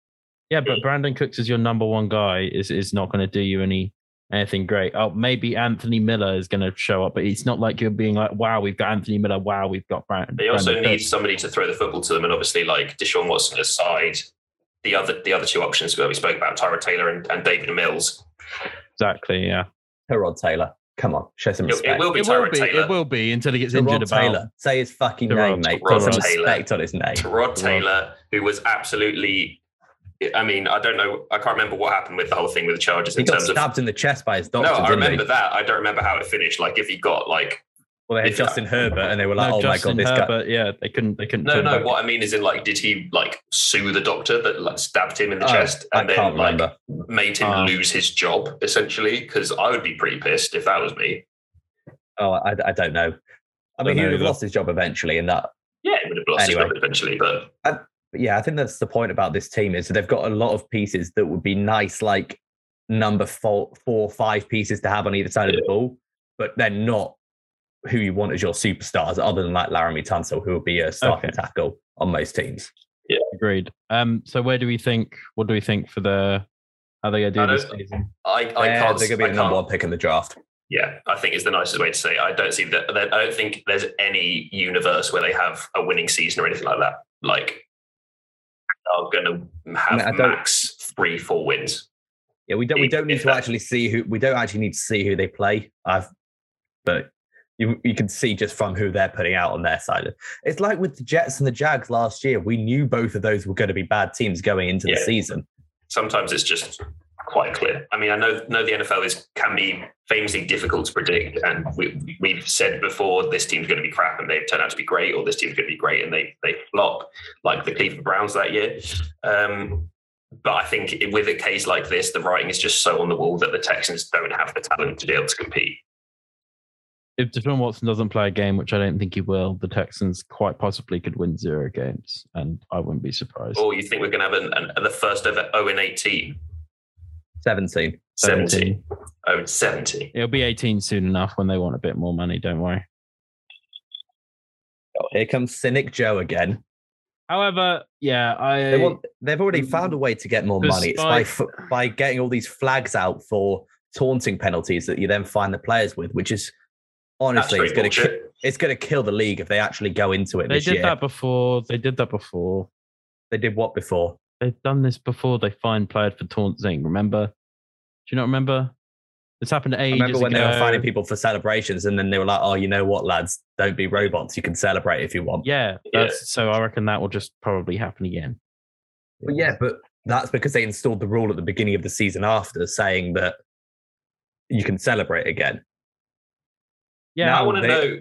[SPEAKER 4] Yeah, but Brandon Cooks is your number one guy. Is is not going to do you any anything great. Oh, maybe Anthony Miller is going to show up, but it's not like you're being like, wow, we've got Anthony Miller. Wow, we've got Brandon.
[SPEAKER 2] They also
[SPEAKER 4] Brandon
[SPEAKER 2] need somebody to throw the football to them, and obviously, like Deshaun Watson aside, the other the other two options that we spoke about, Tyra Taylor and, and David Mills.
[SPEAKER 4] Phillips. Exactly. Yeah.
[SPEAKER 3] Herod Taylor. Come on, show some
[SPEAKER 2] It,
[SPEAKER 3] respect.
[SPEAKER 2] it will be
[SPEAKER 4] It will
[SPEAKER 2] Tyra
[SPEAKER 4] be.
[SPEAKER 2] Taylor.
[SPEAKER 4] It will be until he gets
[SPEAKER 3] Herod
[SPEAKER 4] injured. About.
[SPEAKER 3] Taylor. Say his fucking
[SPEAKER 4] Herod-
[SPEAKER 3] name, mate.
[SPEAKER 2] Herod
[SPEAKER 3] Put some
[SPEAKER 2] Taylor.
[SPEAKER 3] respect on his name.
[SPEAKER 2] Rod Taylor, who was absolutely. I mean, I don't know. I can't remember what happened with the whole thing with the charges
[SPEAKER 3] He
[SPEAKER 2] in
[SPEAKER 3] got
[SPEAKER 2] terms of.
[SPEAKER 3] stabbed in the chest by his
[SPEAKER 2] No,
[SPEAKER 3] doctor.
[SPEAKER 2] I
[SPEAKER 3] didn't
[SPEAKER 2] remember
[SPEAKER 3] He?
[SPEAKER 2] that. I don't remember how it finished. Like, if he got like.
[SPEAKER 3] Well, they had
[SPEAKER 2] If-
[SPEAKER 3] Justin Herbert, and they were like,
[SPEAKER 4] no,
[SPEAKER 3] "Oh
[SPEAKER 4] Justin
[SPEAKER 3] my god, this guy."
[SPEAKER 4] Herbert, yeah, they couldn't. They couldn't.
[SPEAKER 2] No,
[SPEAKER 4] turn
[SPEAKER 2] no.
[SPEAKER 4] back.
[SPEAKER 2] What I mean is, in like, did he like sue the doctor that like, stabbed him in the
[SPEAKER 3] Oh,
[SPEAKER 2] chest
[SPEAKER 3] I
[SPEAKER 2] and then
[SPEAKER 3] can't
[SPEAKER 2] like
[SPEAKER 3] remember. Uh.
[SPEAKER 2] made him
[SPEAKER 4] Ah.
[SPEAKER 2] lose his job essentially? Because I would be pretty pissed if that was me.
[SPEAKER 3] Oh, I, I don't know. I mean,
[SPEAKER 4] Don't
[SPEAKER 3] he
[SPEAKER 4] know
[SPEAKER 3] would have
[SPEAKER 4] either.
[SPEAKER 3] lost his job eventually, and that
[SPEAKER 2] Yeah, he would have lost
[SPEAKER 3] Anyway.
[SPEAKER 2] his job eventually, but
[SPEAKER 3] But yeah, I think that's the point about this team is they've got a lot of pieces that would be nice, like number four, four or five pieces to have on either side of the ball, but they're not who you want as your superstars, other than like Laramie Tunsil, who would be a starting tackle on most teams.
[SPEAKER 4] Agreed. Um. So where do we think? What do we think for the? How they
[SPEAKER 2] I
[SPEAKER 4] gonna do this
[SPEAKER 2] don't-
[SPEAKER 4] season?
[SPEAKER 2] I, I
[SPEAKER 3] they're
[SPEAKER 2] can't.
[SPEAKER 3] they're going to
[SPEAKER 2] I
[SPEAKER 3] be the number
[SPEAKER 2] can't-
[SPEAKER 3] one pick in the draft.
[SPEAKER 2] Yeah, I think is the nicest way to say. It. I don't see that. that- I don't think there's any universe where they have a winning season or anything like that. Like, are going to have
[SPEAKER 3] I don't-
[SPEAKER 2] max three, four wins.
[SPEAKER 3] Yeah, we don't. We
[SPEAKER 2] If-
[SPEAKER 3] don't need
[SPEAKER 2] if
[SPEAKER 3] to
[SPEAKER 2] that-
[SPEAKER 3] actually see who. We don't actually need to see who they play. I've, but you you can see just from who they're putting out on their side. It's like with the Jets and the Jags last year. We knew both of those were going to be bad teams going into the
[SPEAKER 2] Yeah.
[SPEAKER 3] season.
[SPEAKER 2] Sometimes it's just quite clear. I mean, I know know the NFL is can be famously difficult to predict, and we we've said before this team's going to be crap and they've turned out to be great, or this team's going to be great and they they flop, like the Cleveland Browns that year. Um, but I think with a case like this, the writing is just so on the wall that the Texans don't have the talent to be able to compete.
[SPEAKER 4] If Deshaun Watson doesn't play a game, which I don't think he will, the Texans quite possibly could win zero games, and I wouldn't be surprised.
[SPEAKER 2] Or you think we're going to have an, an, the first ever 0 and 18,
[SPEAKER 3] Seventeen.
[SPEAKER 2] 17, 0 and 70.
[SPEAKER 4] It'll be 18 soon enough when they want a bit more money. Don't worry.
[SPEAKER 3] Oh, here comes Cynic Joe again.
[SPEAKER 4] However, yeah, I
[SPEAKER 3] They want, they've already found a way to get more money. It's by f-
[SPEAKER 4] Despite-
[SPEAKER 3] by getting all these flags out for taunting penalties that you then find the players with, which is honestly
[SPEAKER 2] Absolute
[SPEAKER 3] it's going to
[SPEAKER 2] bullshit.
[SPEAKER 3] ki- it's going to kill the league if they actually go into it.
[SPEAKER 4] they
[SPEAKER 3] this
[SPEAKER 4] did
[SPEAKER 3] year.
[SPEAKER 4] that before. They did that before.
[SPEAKER 3] They did what before?
[SPEAKER 4] They've done this before. They fined players for taunting. Remember? Do you not remember? This happened
[SPEAKER 3] I
[SPEAKER 4] ages
[SPEAKER 3] remember when
[SPEAKER 4] ago.
[SPEAKER 3] they were finding people for celebrations, and then they were like, "Oh, you know what, lads? Don't be robots. You can celebrate if you want."
[SPEAKER 4] Yeah, that's, so I reckon that will just probably happen again.
[SPEAKER 3] But yeah, but that's because they installed the rule at the beginning of the season after saying that you can celebrate again.
[SPEAKER 4] Yeah,
[SPEAKER 3] Now-
[SPEAKER 2] I want to
[SPEAKER 3] they-
[SPEAKER 2] know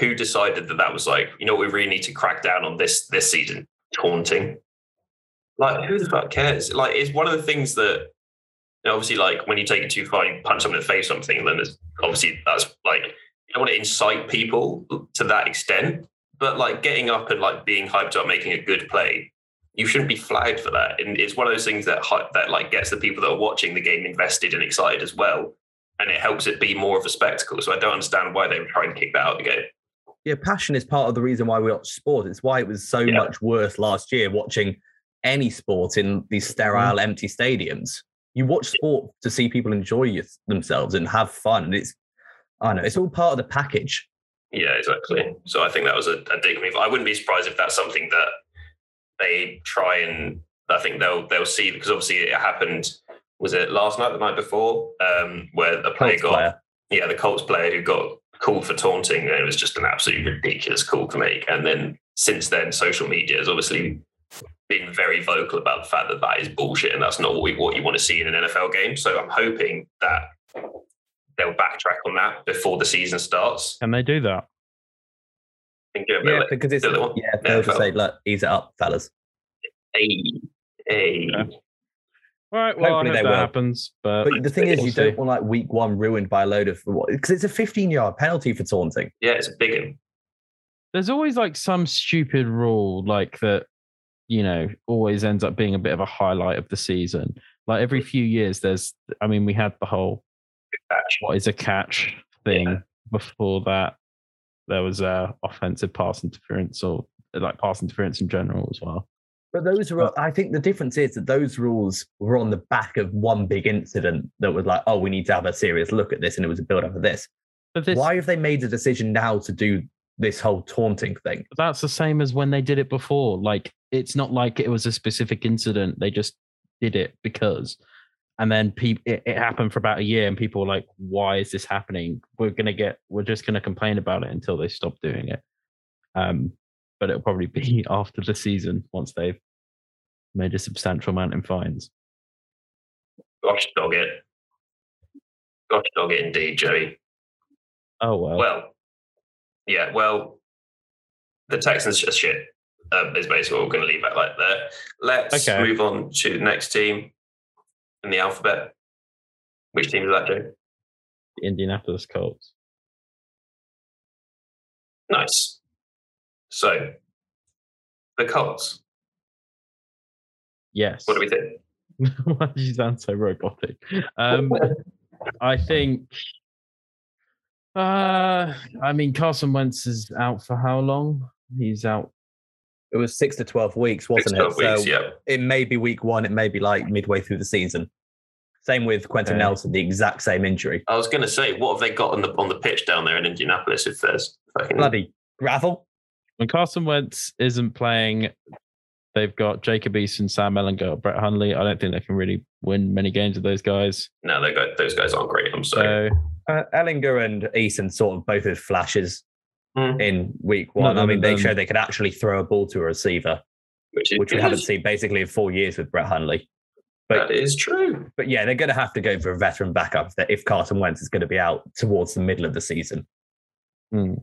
[SPEAKER 2] who decided that that was like, you know what, we really need to crack down on this this season, taunting. Like, who the fuck cares? Like, it's one of the things that you know, obviously, like, when you take it too far, you punch someone in the face, or something, then there's obviously that's like, you don't want to incite people to that extent, but like getting up and like being hyped up, making a good play. You shouldn't be flagged for that, and it's one of those things that hy- that like gets the people that are watching the game invested and excited as well and it helps it be more of a spectacle. So I don't understand why they would try and kick that out of the game.
[SPEAKER 3] Yeah, passion is part of the reason why we watch sport. It's why it was so
[SPEAKER 2] Yeah.
[SPEAKER 3] much worse last year watching any sport in these sterile, empty stadiums. You watch sport to see people enjoy your- themselves and have fun, and it's I don't know it's all part of the package.
[SPEAKER 2] Yeah, exactly. So I think that was a, a dick move. I wouldn't be surprised if that's something that they try and I think they'll they'll see because obviously it happened. Was it last night, the night before, um, where a player
[SPEAKER 3] Colts
[SPEAKER 2] got
[SPEAKER 3] player.
[SPEAKER 2] yeah the Colts player who got called for taunting, and it was just an absolutely ridiculous call to make. And then since then, social media has obviously been very vocal about the fact that that is bullshit and that's not what, we, what you want to see in an NFL game. So I'm hoping that they'll backtrack on that before the season starts.
[SPEAKER 4] Can they do that?
[SPEAKER 2] I think it'll be
[SPEAKER 3] Yeah,
[SPEAKER 2] like,
[SPEAKER 3] because it's
[SPEAKER 2] they'll- they'll-
[SPEAKER 3] yeah, they'll just say, look, ease it up, fellas.
[SPEAKER 2] hey, hey.
[SPEAKER 4] Yeah. All right. Well,
[SPEAKER 3] Hopefully
[SPEAKER 4] I
[SPEAKER 3] they
[SPEAKER 4] hope that
[SPEAKER 3] will.
[SPEAKER 4] happens. But,
[SPEAKER 3] But the thing is, you
[SPEAKER 4] We'll
[SPEAKER 3] don't
[SPEAKER 4] see.
[SPEAKER 3] want like week one ruined by a load of because it's a 15 yard penalty for taunting.
[SPEAKER 2] yeah, it's a big one.
[SPEAKER 4] there's always like some stupid rule, like that, you know, always ends up being a bit of a highlight of the season. Like every few years, there's. I mean, we had the whole
[SPEAKER 2] catch.
[SPEAKER 4] what is a catch thing
[SPEAKER 2] Yeah.
[SPEAKER 4] before that there was uh offensive pass interference or like pass interference in general as well
[SPEAKER 3] But those are, I think the difference is that those rules were on the back of one big incident that was like, oh, we need to have a serious look at this. And it was a build up of this.
[SPEAKER 4] But this,
[SPEAKER 3] Why have they made a decision now to do this whole taunting thing?
[SPEAKER 4] that's the same as when they did it before. Like it's not like it was a specific incident; they just did it because. And then peop it, it happened for about a year, and people were like, "Why is this happening? We're gonna get, we're just gonna complain about it until they stop doing it." Um, but it'll probably be *laughs* after the season once they've made a substantial amount in fines.
[SPEAKER 2] Gosh dog it. Gosh dog it indeed, Joey.
[SPEAKER 4] Oh well,
[SPEAKER 2] Well, yeah, well, the Texans just shit um, is basically what we're going to leave it like there. Let's
[SPEAKER 4] Okay.
[SPEAKER 2] move on to the next team in the alphabet. Which team is that, Joe?
[SPEAKER 4] the Indianapolis Colts.
[SPEAKER 2] Nice. So, the Colts.
[SPEAKER 4] Yes.
[SPEAKER 2] What do we think?
[SPEAKER 4] *laughs* Why did you sound so robotic?
[SPEAKER 2] *laughs*
[SPEAKER 4] Um, I think. Uh, I mean, Carson Wentz is out for how long? He's out.
[SPEAKER 3] It was six to 12 weeks,
[SPEAKER 2] Six
[SPEAKER 3] wasn't it?
[SPEAKER 2] to eight weeks,
[SPEAKER 3] so
[SPEAKER 2] yeah.
[SPEAKER 3] it may be week one, it may be like midway through the season. Same with Quentin
[SPEAKER 4] Okay.
[SPEAKER 3] Nelson, the exact same injury.
[SPEAKER 2] I was going to say, what have they got on the on the pitch down there in Indianapolis? If there's fucking
[SPEAKER 3] Bloody gravel.
[SPEAKER 4] When Carson Wentz isn't playing, they've got Jacob Eason, Sam Ellinger, Brett Hundley. I don't think they can really win many games with those guys.
[SPEAKER 2] no, they got those guys aren't great. I'm sorry.
[SPEAKER 4] So
[SPEAKER 3] Uh, Ellinger and Eason sort of both had flashes
[SPEAKER 2] Hmm.
[SPEAKER 3] in week
[SPEAKER 4] None
[SPEAKER 3] one. I
[SPEAKER 4] of
[SPEAKER 3] mean, they
[SPEAKER 4] them-
[SPEAKER 3] showed they could actually throw a ball to a receiver,
[SPEAKER 2] which is
[SPEAKER 3] which we
[SPEAKER 2] good.
[SPEAKER 3] haven't seen basically in four years with Brett Hundley.
[SPEAKER 2] that is true.
[SPEAKER 3] But yeah, they're going to have to go for a veteran backup if- if Carson Wentz is going to be out towards the middle of the season.
[SPEAKER 2] I don't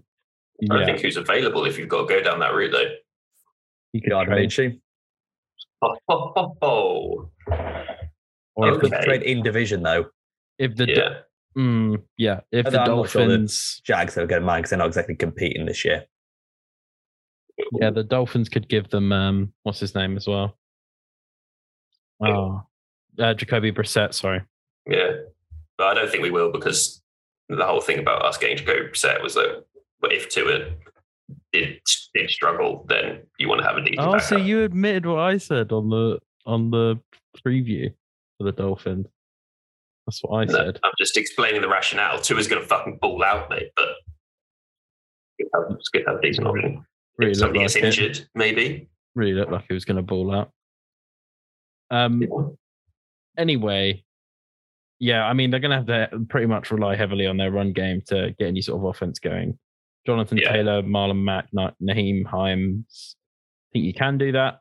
[SPEAKER 4] yeah,
[SPEAKER 2] think who's available if you've got to go down that route though.
[SPEAKER 4] he could
[SPEAKER 3] Gardner
[SPEAKER 4] trade,
[SPEAKER 3] Minshew.
[SPEAKER 2] *laughs* Ho, ho, ho, ho.
[SPEAKER 4] or if,
[SPEAKER 3] If we
[SPEAKER 2] Okay.
[SPEAKER 3] trade in division, though,
[SPEAKER 4] if the
[SPEAKER 2] Yeah,
[SPEAKER 4] mm, yeah, if the
[SPEAKER 3] Although I'm not sure that-
[SPEAKER 4] Dolphins.
[SPEAKER 3] Jags are going to mind because they're not exactly competing this year.
[SPEAKER 4] Yeah, the Dolphins could give them um, what's his name as well. Oh, uh, Jacoby Brissett. Sorry.
[SPEAKER 2] yeah. But I don't think we will because the whole thing about us getting to go set was that but if Tua did did struggle, then you want to have a decent
[SPEAKER 4] Oh,
[SPEAKER 2] backup.
[SPEAKER 4] so you admitted what I said on the on the preview for the Dolphins. That's what I
[SPEAKER 2] No,
[SPEAKER 4] said.
[SPEAKER 2] I'm just explaining the rationale. Tua's going to fucking ball out, mate. But it's good to have- it's good to have a decent option.
[SPEAKER 4] Really
[SPEAKER 2] if
[SPEAKER 4] looked
[SPEAKER 2] somebody
[SPEAKER 4] like
[SPEAKER 2] gets
[SPEAKER 4] it.
[SPEAKER 2] injured, maybe.
[SPEAKER 4] Really looked like he was going to ball out. Um. Anyway, yeah. I mean, they're going to have to pretty much rely heavily on their run game to get any sort of offense going. Jonathan
[SPEAKER 2] Yeah.
[SPEAKER 4] Taylor, Marlon Mack, Na- Naheem Himes. I think you can do that.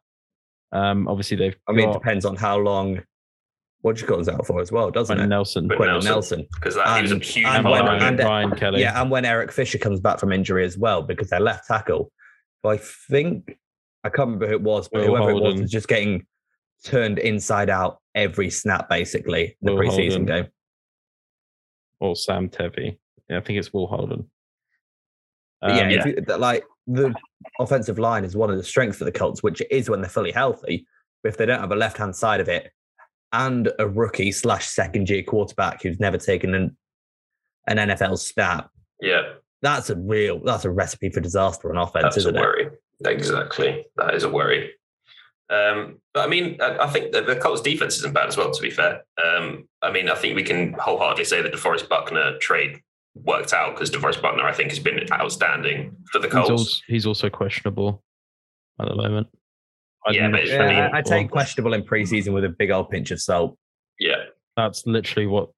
[SPEAKER 4] Um. Obviously, they've.
[SPEAKER 3] I mean, it
[SPEAKER 4] got
[SPEAKER 3] depends on how long Roger Goodell's out for as well, doesn't
[SPEAKER 4] Quentin
[SPEAKER 3] it?
[SPEAKER 4] Nelson.
[SPEAKER 2] Quentin
[SPEAKER 3] Quentin
[SPEAKER 2] Nelson.
[SPEAKER 3] Nelson.
[SPEAKER 2] Because that he was
[SPEAKER 3] And-
[SPEAKER 2] a huge
[SPEAKER 4] and
[SPEAKER 3] And
[SPEAKER 2] part
[SPEAKER 3] when-
[SPEAKER 2] of
[SPEAKER 4] Ryan,
[SPEAKER 2] it.
[SPEAKER 3] and-
[SPEAKER 4] Ryan Kelly.
[SPEAKER 3] Yeah, and when Eric Fisher comes back from injury as well, because their left tackle, who I think I can't remember who it was, but
[SPEAKER 4] Will
[SPEAKER 3] whoever it was
[SPEAKER 4] Holden.
[SPEAKER 3] was just getting turned inside out every snap, basically, in the
[SPEAKER 4] Will
[SPEAKER 3] preseason
[SPEAKER 4] Holden.
[SPEAKER 3] game.
[SPEAKER 4] or Sam Tevy. Yeah, I think it's Will Holden.
[SPEAKER 3] But yeah,
[SPEAKER 4] Um,
[SPEAKER 3] if you- that, like the offensive line is one of the strengths of the Colts, which it is when they're fully healthy. But if they don't have a left hand side of it and a rookie slash second year quarterback who's never taken an, an NFL snap,
[SPEAKER 2] Yeah,
[SPEAKER 3] that's a real that's a recipe for disaster on offense,
[SPEAKER 2] that's a
[SPEAKER 3] isn't it?
[SPEAKER 2] worry. Exactly. That is a worry. Um, but I mean, I, I think that the Colts' defense isn't bad as well, to be fair. Um, I mean, I think we can wholeheartedly say that DeForest Buckner trade worked out because DeForest Buckner, I think, has been outstanding for the
[SPEAKER 4] he's,
[SPEAKER 2] Colts.
[SPEAKER 4] also, he's also questionable at the moment. I
[SPEAKER 2] Yeah,
[SPEAKER 4] don't know
[SPEAKER 2] but
[SPEAKER 4] if
[SPEAKER 2] I mean,
[SPEAKER 3] Yeah, I, I
[SPEAKER 4] well,
[SPEAKER 3] take questionable in preseason with a big old pinch of salt.
[SPEAKER 2] yeah.
[SPEAKER 4] That's literally what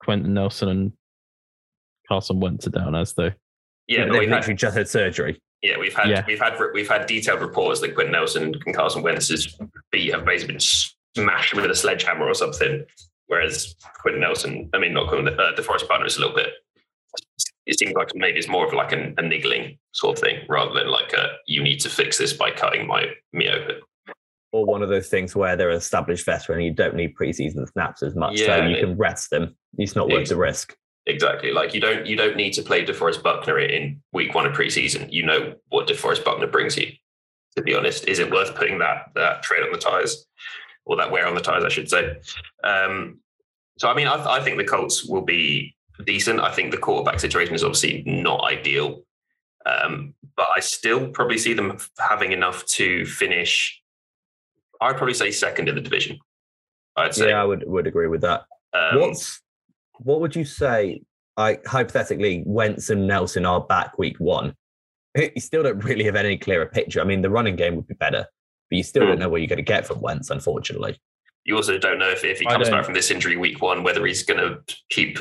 [SPEAKER 4] Quentin Nelson and Carson Wentz are down as, though.
[SPEAKER 2] Yeah, but
[SPEAKER 3] they've
[SPEAKER 2] we've had
[SPEAKER 3] literally just had surgery.
[SPEAKER 2] Yeah, we've had
[SPEAKER 4] Yeah.
[SPEAKER 2] we've had we've had detailed reports that Quinn Nelson and Carson Wentz's feet have basically been smashed with a sledgehammer or something. Whereas Quinn Nelson, I mean, not Quinn, uh, DeForest Partner is a little bit. It seems like maybe it's more of like an, a niggling sort of thing rather than like a you need to fix this by cutting my me open.
[SPEAKER 3] Or one of those things where they're an established veteran, you don't need preseason snaps as much, so
[SPEAKER 2] Yeah,
[SPEAKER 3] you
[SPEAKER 2] it-
[SPEAKER 3] can rest them. It's not worth the risk.
[SPEAKER 2] Exactly. Like you don't you don't need to play DeForest Buckner in week one of preseason. You know what DeForest Buckner brings you. To be honest, is it worth putting that that trade on the tires, or that wear on the tires, I should say? Um, so I mean, I, I think the Colts will be decent. I think the quarterback situation is obviously not ideal, um, but I still probably see them having enough to finish I'd probably say second in the division. I'd say.
[SPEAKER 3] Yeah, I would would agree with that.
[SPEAKER 2] Um,
[SPEAKER 3] What's what would you say? Like hypothetically, Wentz and Nelson are back week one. *laughs* You still don't really have any clearer picture. I mean, the running game would be better, but you still
[SPEAKER 2] Hmm.
[SPEAKER 3] don't know what you're going to get from Wentz, unfortunately.
[SPEAKER 2] you also don't know if, if he
[SPEAKER 4] I
[SPEAKER 2] comes
[SPEAKER 4] don't-
[SPEAKER 2] back from this injury week one, whether he's going to keep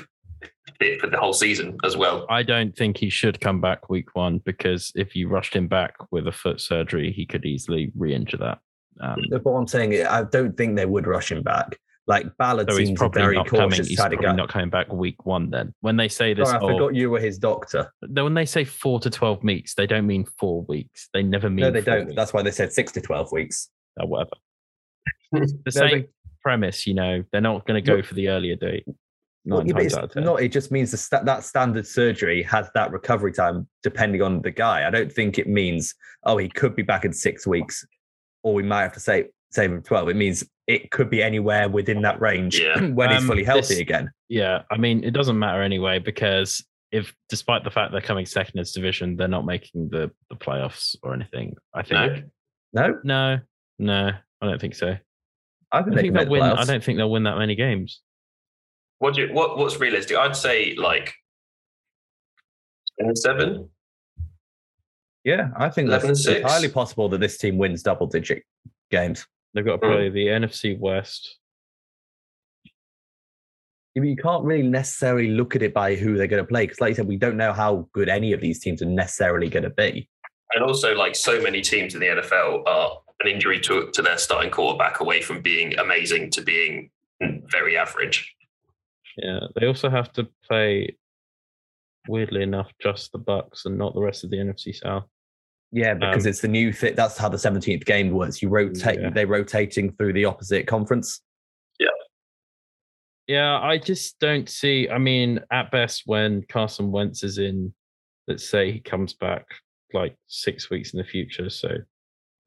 [SPEAKER 2] fit for the whole season as well.
[SPEAKER 4] I don't think he should come back week one because if you rushed him back with a foot surgery, he could easily re-injure that. Um,
[SPEAKER 3] But what I'm saying, is, I don't think they would rush him back. Like Ballard
[SPEAKER 4] so he's
[SPEAKER 3] seems a
[SPEAKER 4] probably
[SPEAKER 3] very
[SPEAKER 4] not coming.
[SPEAKER 3] cautious
[SPEAKER 4] He's
[SPEAKER 3] kind
[SPEAKER 4] probably
[SPEAKER 3] of guy.
[SPEAKER 4] not coming back week one. Then when they say this,
[SPEAKER 3] Sorry, I
[SPEAKER 4] oh,
[SPEAKER 3] forgot you were his doctor.
[SPEAKER 4] then when they say four to twelve weeks, they don't mean four weeks. They never mean.
[SPEAKER 3] No, they
[SPEAKER 4] four
[SPEAKER 3] don't.
[SPEAKER 4] weeks.
[SPEAKER 3] That's why they said six to twelve weeks.
[SPEAKER 4] or
[SPEAKER 3] *laughs*
[SPEAKER 4] whatever.
[SPEAKER 2] No,
[SPEAKER 4] the same premise, you know. They're not going to go
[SPEAKER 3] Look-
[SPEAKER 4] for the earlier date.
[SPEAKER 3] Well,
[SPEAKER 4] Nine
[SPEAKER 3] yeah, but
[SPEAKER 4] times
[SPEAKER 3] it's
[SPEAKER 4] out of ten.
[SPEAKER 3] not. It just means the sta- that standard surgery has that recovery time depending on the guy. I don't think it means oh he could be back in six weeks, or we might have to say save him twelve. It means it could be anywhere within that range
[SPEAKER 2] Yeah.
[SPEAKER 3] *clears throat* when he's
[SPEAKER 4] Um,
[SPEAKER 3] fully healthy
[SPEAKER 4] this-
[SPEAKER 3] again.
[SPEAKER 4] yeah, I mean, it doesn't matter anyway because if, despite the fact they're coming second in this division, they're not making the the playoffs or anything. I think
[SPEAKER 3] No,
[SPEAKER 4] no, no, I don't think so.
[SPEAKER 3] I
[SPEAKER 4] I
[SPEAKER 3] think,
[SPEAKER 4] don't
[SPEAKER 3] they
[SPEAKER 4] think
[SPEAKER 3] can
[SPEAKER 4] they'll
[SPEAKER 3] make the
[SPEAKER 4] win. I
[SPEAKER 3] playoffs.
[SPEAKER 4] don't think they'll win that many games.
[SPEAKER 2] What do you, what what's realistic? I'd say like seven.
[SPEAKER 3] Yeah, I think
[SPEAKER 2] 11
[SPEAKER 3] that's
[SPEAKER 2] and
[SPEAKER 3] it's
[SPEAKER 2] six.
[SPEAKER 3] entirely possible that this team wins double digit games.
[SPEAKER 4] They've got to
[SPEAKER 2] Hmm.
[SPEAKER 4] play the NFC West.
[SPEAKER 3] Yeah, but You can't really necessarily look at it by who they're going to play because, like you said, we don't know how good any of these teams are necessarily going to be.
[SPEAKER 2] And also, like so many teams in the NFL are an injury to, to their starting quarterback away from being amazing to being very average.
[SPEAKER 4] Yeah, they also have to play. Weirdly enough, just the Bucks and not the rest of the NFC South.
[SPEAKER 3] Yeah, because
[SPEAKER 4] Um,
[SPEAKER 3] it's the new thing. That's how the seventeenth game works. You rotate.
[SPEAKER 4] Yeah.
[SPEAKER 3] They're rotating through the opposite conference.
[SPEAKER 4] Yeah, I just don't see. I mean, at best, when Carson Wentz is in, let's say he comes back like six weeks in the future. So,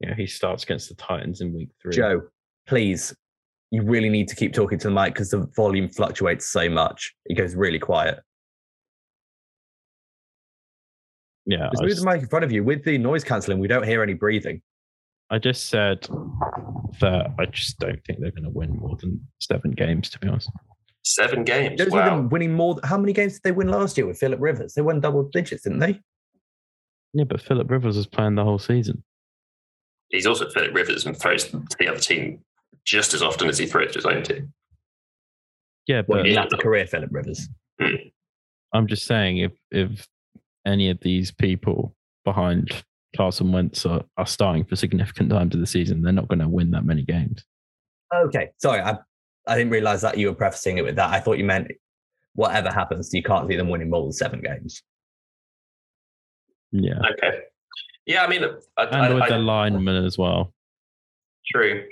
[SPEAKER 4] you know, he starts against the Titans in week three.
[SPEAKER 3] Joe, please, you really need to keep talking to the mic because the volume fluctuates so much. It goes really quiet.
[SPEAKER 4] Yeah.
[SPEAKER 3] Just
[SPEAKER 4] I,
[SPEAKER 3] move
[SPEAKER 4] s-
[SPEAKER 3] the mic in front of you. With the noise cancelling, we don't hear any breathing.
[SPEAKER 4] I just said that I just don't think they're going to win more than seven games, to be honest.
[SPEAKER 2] Seven games.
[SPEAKER 3] Those are
[SPEAKER 2] wow.
[SPEAKER 3] them winning more. How many games did they win last year with Philip Rivers? They won double digits, didn't they?
[SPEAKER 4] Yeah, but Philip Rivers was playing the whole season.
[SPEAKER 2] He's also Philip Rivers and throws to the other team just as often as he throws to his own team.
[SPEAKER 4] Yeah,
[SPEAKER 3] Well,
[SPEAKER 4] but
[SPEAKER 3] in
[SPEAKER 2] yeah.
[SPEAKER 3] latter career, Philip Rivers.
[SPEAKER 4] I'm just saying if if any of these people behind Carson Wentz are, are starting for significant times of the season, they're not going to win that many games.
[SPEAKER 3] Okay, sorry, I, I didn't realize that you were prefacing it with that. I thought you meant whatever happens, you can't see them winning more than seven games.
[SPEAKER 4] Yeah.
[SPEAKER 2] Okay. Yeah, I mean, I, I,
[SPEAKER 4] And with
[SPEAKER 2] I-
[SPEAKER 4] the linemen as well.
[SPEAKER 2] True.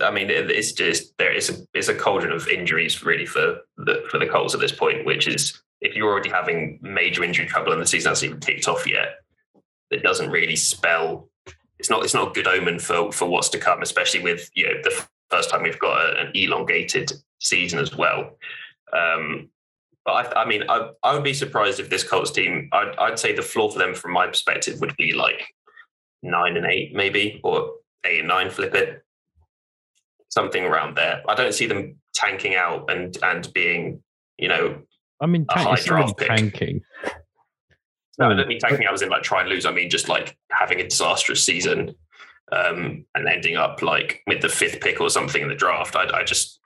[SPEAKER 2] I mean, it, it's just there is a, it's a cauldron of injuries really for the for the Colts at this point, which is if you're already having major injury trouble and the season hasn't even kicked off yet, it doesn't really spell. It's not it's not a good omen for for what's to come, especially with you know the f- first time we've got a- an elongated season as well. Um, but I, I mean, I, I would be surprised if this Colts team. I'd, I'd say the floor for them, from my perspective, would be like nine and eight, maybe, or eight and nine flip it something around there i don't see them tanking out and and being you know
[SPEAKER 4] I mean,
[SPEAKER 2] A
[SPEAKER 4] tank,
[SPEAKER 2] high
[SPEAKER 4] it's not really
[SPEAKER 2] draft pick.
[SPEAKER 4] tanking.
[SPEAKER 2] no, i don't mean tanking out as in like try and lose i mean just like having a disastrous season um and ending up like with the fifth pick or something in the draft i, I just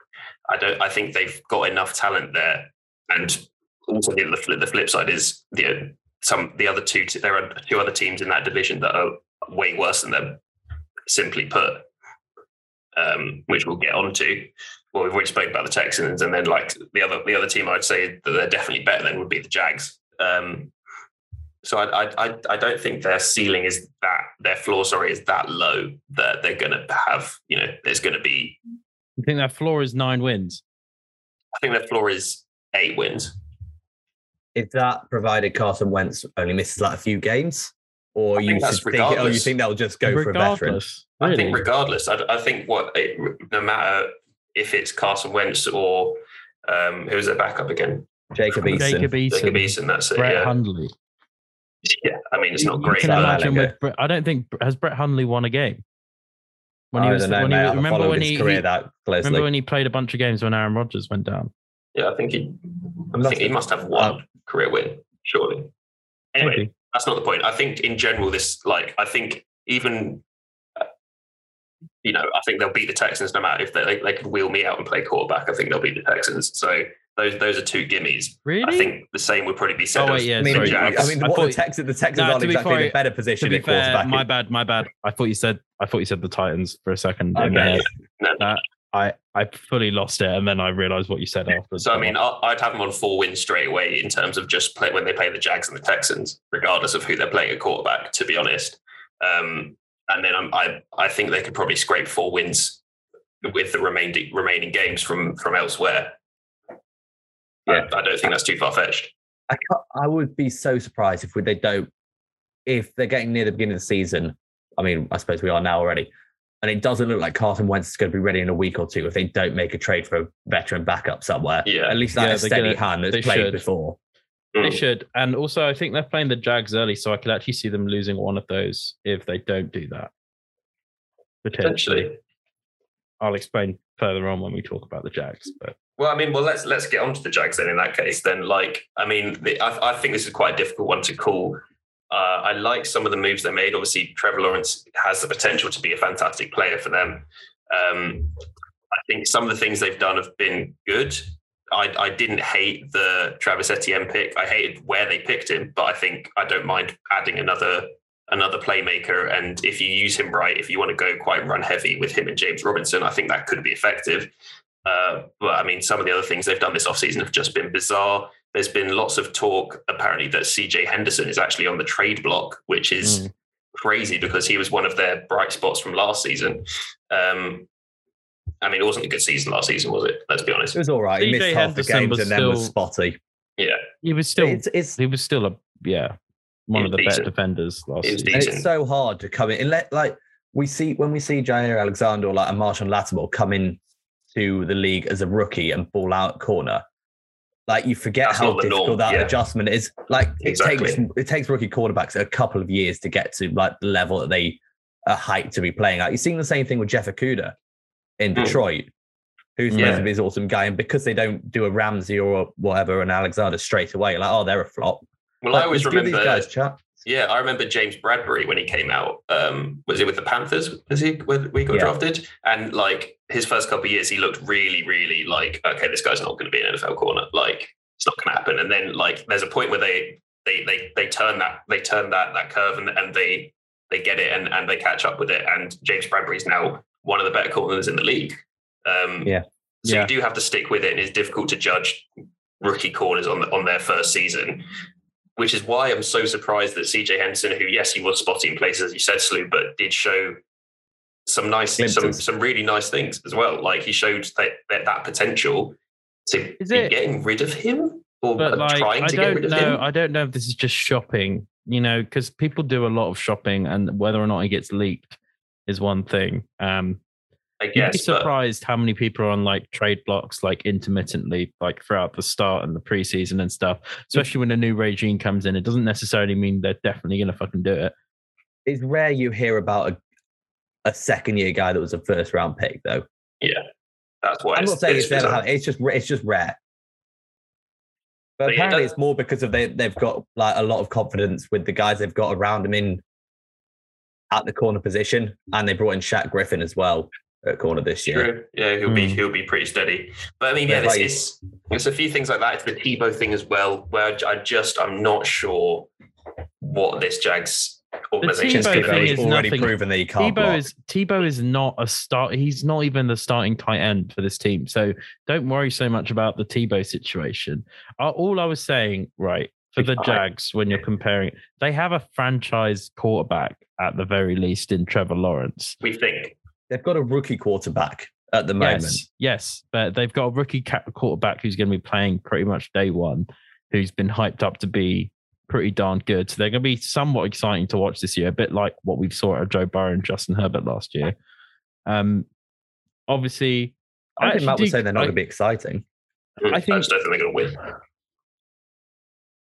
[SPEAKER 2] i don't i think they've got enough talent there and also the, flip- the flip side is the some the other two there are two other teams in that division that are way worse than them simply put um, which we'll get onto well we've already spoken about the texans and then like the other the other team i'd say that they're definitely better than would be the jags um, so I, I I- I don't think their ceiling is that their floor sorry is that low that they're going to have you know there's going to be
[SPEAKER 4] You think that floor is nine wins?
[SPEAKER 2] I think their floor is eight wins
[SPEAKER 3] Is that provided Carson Wentz only misses like a few games? Or
[SPEAKER 2] I
[SPEAKER 3] you
[SPEAKER 2] think that's
[SPEAKER 3] just think, oh, you
[SPEAKER 2] regardless.
[SPEAKER 3] think they'll just go for a veteran?
[SPEAKER 4] Really?
[SPEAKER 2] I think regardless, I, I think what it, no matter if it's Carson Wentz or um, who's their backup again,
[SPEAKER 3] Jacob Eason.
[SPEAKER 4] Jacob Eason,
[SPEAKER 2] Jacob Eason. That's it.
[SPEAKER 4] Brett
[SPEAKER 2] yeah.
[SPEAKER 4] Hundley.
[SPEAKER 2] *laughs* yeah, I mean it's not
[SPEAKER 4] You
[SPEAKER 2] great,
[SPEAKER 4] can
[SPEAKER 3] but-
[SPEAKER 2] but
[SPEAKER 4] imagine
[SPEAKER 3] Like
[SPEAKER 4] with Brett, I don't think has Brett Hundley won a game. When he
[SPEAKER 3] I
[SPEAKER 4] was,
[SPEAKER 3] don't know,
[SPEAKER 4] when
[SPEAKER 3] mate, I
[SPEAKER 4] he, was-
[SPEAKER 3] haven't
[SPEAKER 4] remember
[SPEAKER 3] followed
[SPEAKER 4] when
[SPEAKER 3] his
[SPEAKER 4] he,
[SPEAKER 3] career
[SPEAKER 4] he-
[SPEAKER 3] that closely.
[SPEAKER 4] remember when he played a bunch of games when Aaron Rodgers went down?
[SPEAKER 2] Yeah, I think he. I
[SPEAKER 3] Must
[SPEAKER 2] think he
[SPEAKER 3] have-
[SPEAKER 2] must have one
[SPEAKER 4] Oh.
[SPEAKER 2] career win, surely. Anyway,
[SPEAKER 4] Maybe.
[SPEAKER 2] that's not the point. I think in general, this like I think even uh, you know I think they'll beat the Texans no matter if they they, they could wheel me out and play quarterback. I think they'll beat the Texans. So those those are two gimmies.
[SPEAKER 4] Really?
[SPEAKER 2] I think the same would probably be said.
[SPEAKER 4] Oh,
[SPEAKER 2] of
[SPEAKER 4] wait, yeah.
[SPEAKER 3] I mean,
[SPEAKER 4] sorry,
[SPEAKER 2] the Jags.
[SPEAKER 3] I mean,
[SPEAKER 4] I
[SPEAKER 3] what
[SPEAKER 4] thought-
[SPEAKER 3] the Texans, the Texans
[SPEAKER 4] No,
[SPEAKER 3] aren't
[SPEAKER 4] to be
[SPEAKER 3] exactly in
[SPEAKER 4] fair-
[SPEAKER 3] a better
[SPEAKER 4] to
[SPEAKER 3] position
[SPEAKER 4] be
[SPEAKER 3] at
[SPEAKER 4] fair,
[SPEAKER 3] quarterback.
[SPEAKER 4] my bad, my bad. I thought you said I thought you said the Titans for a second. and
[SPEAKER 3] Okay.
[SPEAKER 4] then
[SPEAKER 2] No.
[SPEAKER 4] that- I I fully lost it, and then I realized what you said afterwards.
[SPEAKER 2] So I mean, I- I'd have them on four wins straight away in terms of just play when they play the Jags and the Texans, regardless of who they're playing at quarterback. To be honest, um, and then I'm, I I think they could probably scrape four wins with the remaining remaining games from from elsewhere. Yeah, I, I don't think that's too far fetched.
[SPEAKER 3] I, can't, I would be so surprised if we, they don't, if they're getting near the beginning of the season. I mean, I suppose we are now already, and it doesn't look like Carson Wentz is going to be ready in a week or two if they don't make a trade for a veteran backup somewhere.
[SPEAKER 2] Yeah.
[SPEAKER 3] at least like
[SPEAKER 4] Yeah,
[SPEAKER 3] a
[SPEAKER 4] they're
[SPEAKER 3] steady
[SPEAKER 4] gonna-
[SPEAKER 3] hand
[SPEAKER 4] they
[SPEAKER 3] that's played
[SPEAKER 4] should.
[SPEAKER 3] before.
[SPEAKER 4] They should. And also, I think they're playing the Jags early, so I could actually see them losing one of those if they don't do that. Potentially.
[SPEAKER 2] Potentially.
[SPEAKER 4] I'll explain further on when we talk about the Jags. But
[SPEAKER 2] Well, I mean, well, let's let's get on to the Jags then. In that case, then, like, I mean, the, I, I think this is quite a difficult one to call. Uh, I like some of the moves they made. Obviously, Trevor Lawrence has the potential to be a fantastic player for them. Um, I think some of the things they've done have been good. I, I didn't hate the Travis Etienne pick. I hated where they picked him, but I think I don't mind adding another another playmaker. And if you use him right, if you want to go quite run heavy with him and James Robinson, I think that could be effective. Uh, but I mean, some of the other things they've done this offseason have just been bizarre. There's been lots of talk, apparently, that CJ Henderson is actually on the trade block, which is
[SPEAKER 4] Mm.
[SPEAKER 2] crazy because he was one of their bright spots from last season. Um, I mean, it wasn't a good season last season, was it? Let's be honest.
[SPEAKER 3] It was all right. He
[SPEAKER 4] CJ
[SPEAKER 3] missed half the
[SPEAKER 4] Henderson
[SPEAKER 3] games
[SPEAKER 4] was
[SPEAKER 3] and then was
[SPEAKER 4] still-
[SPEAKER 3] spotty.
[SPEAKER 4] he was still
[SPEAKER 3] it's it's
[SPEAKER 4] he was still a yeah one of the best
[SPEAKER 2] Indecent.
[SPEAKER 4] defenders last
[SPEAKER 2] Indecent.
[SPEAKER 4] season.
[SPEAKER 3] And
[SPEAKER 2] Eaton.
[SPEAKER 3] it's so hard to come in. And let, like we see when we see Jair Alexander or like a Marshawn Lattimore come in to the league as a rookie and ball out at corner, like you forget
[SPEAKER 2] That's
[SPEAKER 3] how
[SPEAKER 2] not the norm,
[SPEAKER 3] difficult that
[SPEAKER 2] yeah.
[SPEAKER 3] adjustment is. Like it
[SPEAKER 2] Exactly.
[SPEAKER 3] takes it takes rookie quarterbacks a couple of years to get to like the level that they are hyped to be playing at. You're seeing the same thing with Jeff Okuda in
[SPEAKER 2] Hmm.
[SPEAKER 3] Detroit. Who's supposed
[SPEAKER 2] Yeah.
[SPEAKER 3] to be this awesome guy, and because they don't do a Ramsey or a whatever an Alexander straight away, like oh they're a flop.
[SPEAKER 2] Well,
[SPEAKER 3] Like,
[SPEAKER 2] I always
[SPEAKER 3] let's give
[SPEAKER 2] remember
[SPEAKER 3] these guys chat.
[SPEAKER 2] Yeah, I remember James Bradbury when he came out. Um, was it with the Panthers? Was he when we got
[SPEAKER 3] Yeah.
[SPEAKER 2] drafted? And like his first couple of years, he looked really, really like okay, this guy's not going to be an NFL corner. Like it's not going to happen. And then like there's a point where they they they they turn that they turn that that curve and, and they they get it and and they catch up with it. And James Bradbury's now one of the better corners in the league. Um,
[SPEAKER 3] Yeah.
[SPEAKER 2] So
[SPEAKER 4] Yeah.
[SPEAKER 2] you do have to stick with it. And it's difficult to judge rookie corners on the, on their first season, which is why I'm so surprised that CJ Henson, who yes he was spotty in places as you said, Slew, but did show some nice some
[SPEAKER 3] Glimpses.
[SPEAKER 2] some really nice things as well. Like he showed that that, that potential to
[SPEAKER 4] Is
[SPEAKER 2] be
[SPEAKER 4] it-
[SPEAKER 2] getting rid of him or uh,
[SPEAKER 4] But like
[SPEAKER 2] trying
[SPEAKER 4] I
[SPEAKER 2] to get
[SPEAKER 4] don't
[SPEAKER 2] rid of
[SPEAKER 4] know
[SPEAKER 2] him.
[SPEAKER 4] I don't know if this is just shopping, you know, because people do a lot of shopping and whether or not it gets leaked is one thing. Um
[SPEAKER 2] I
[SPEAKER 4] You'd be
[SPEAKER 2] guess, but
[SPEAKER 4] surprised how many people are on like trade blocks, like intermittently, like throughout the start and the preseason and stuff. Especially when a new regime comes in, it doesn't necessarily mean they're definitely going to fucking do it.
[SPEAKER 3] it's rare you hear about a, a second year guy that was a first round pick though.
[SPEAKER 2] that's why
[SPEAKER 3] I'm
[SPEAKER 2] it's,
[SPEAKER 3] not saying it's,
[SPEAKER 2] it's
[SPEAKER 3] never
[SPEAKER 2] bizarre.
[SPEAKER 3] happened. It's just ra- it's just rare. But,
[SPEAKER 2] But yeah,
[SPEAKER 3] apparently,
[SPEAKER 2] that-
[SPEAKER 3] it's more because of they they've got like a lot of confidence with the guys they've got around them in at the corner position, and they brought in Shaq Griffin as well at corner this year.
[SPEAKER 2] True. Yeah, he'll be
[SPEAKER 4] Hmm.
[SPEAKER 2] he'll be pretty steady. But I mean, yeah,
[SPEAKER 3] Yeah,
[SPEAKER 2] this
[SPEAKER 3] like-
[SPEAKER 2] is there's a few things like that. It's the Tebow thing as well, where I just I'm not sure what this Jags organization's
[SPEAKER 4] Tebow
[SPEAKER 2] going to
[SPEAKER 4] thing
[SPEAKER 2] be.
[SPEAKER 3] They've
[SPEAKER 4] is
[SPEAKER 3] already
[SPEAKER 4] nothing-
[SPEAKER 3] proven that he can't
[SPEAKER 4] Tebow
[SPEAKER 3] block.
[SPEAKER 4] is Tebow is not a start. He's not even the starting tight end for this team. So don't worry so much about the Tebow situation. Uh, All I was saying, right, for the
[SPEAKER 2] I-
[SPEAKER 4] Jags, when you're comparing, they have a franchise quarterback at the very least in Trevor Lawrence.
[SPEAKER 2] We think.
[SPEAKER 3] They've got a rookie quarterback at the moment.
[SPEAKER 4] Yes, yes, but they've got a rookie ca- quarterback who's going to be playing pretty much day one, who's been hyped up to be pretty darn good. So they're going to be somewhat exciting to watch this year, a bit like what we saw at Joe Burrow and Justin Herbert last year. Um, obviously,
[SPEAKER 3] I, think
[SPEAKER 4] actually
[SPEAKER 3] Matt
[SPEAKER 4] do-
[SPEAKER 3] was saying they're not
[SPEAKER 4] I-
[SPEAKER 3] going to be exciting.
[SPEAKER 2] I,
[SPEAKER 4] think-
[SPEAKER 2] just don't think they're going to win.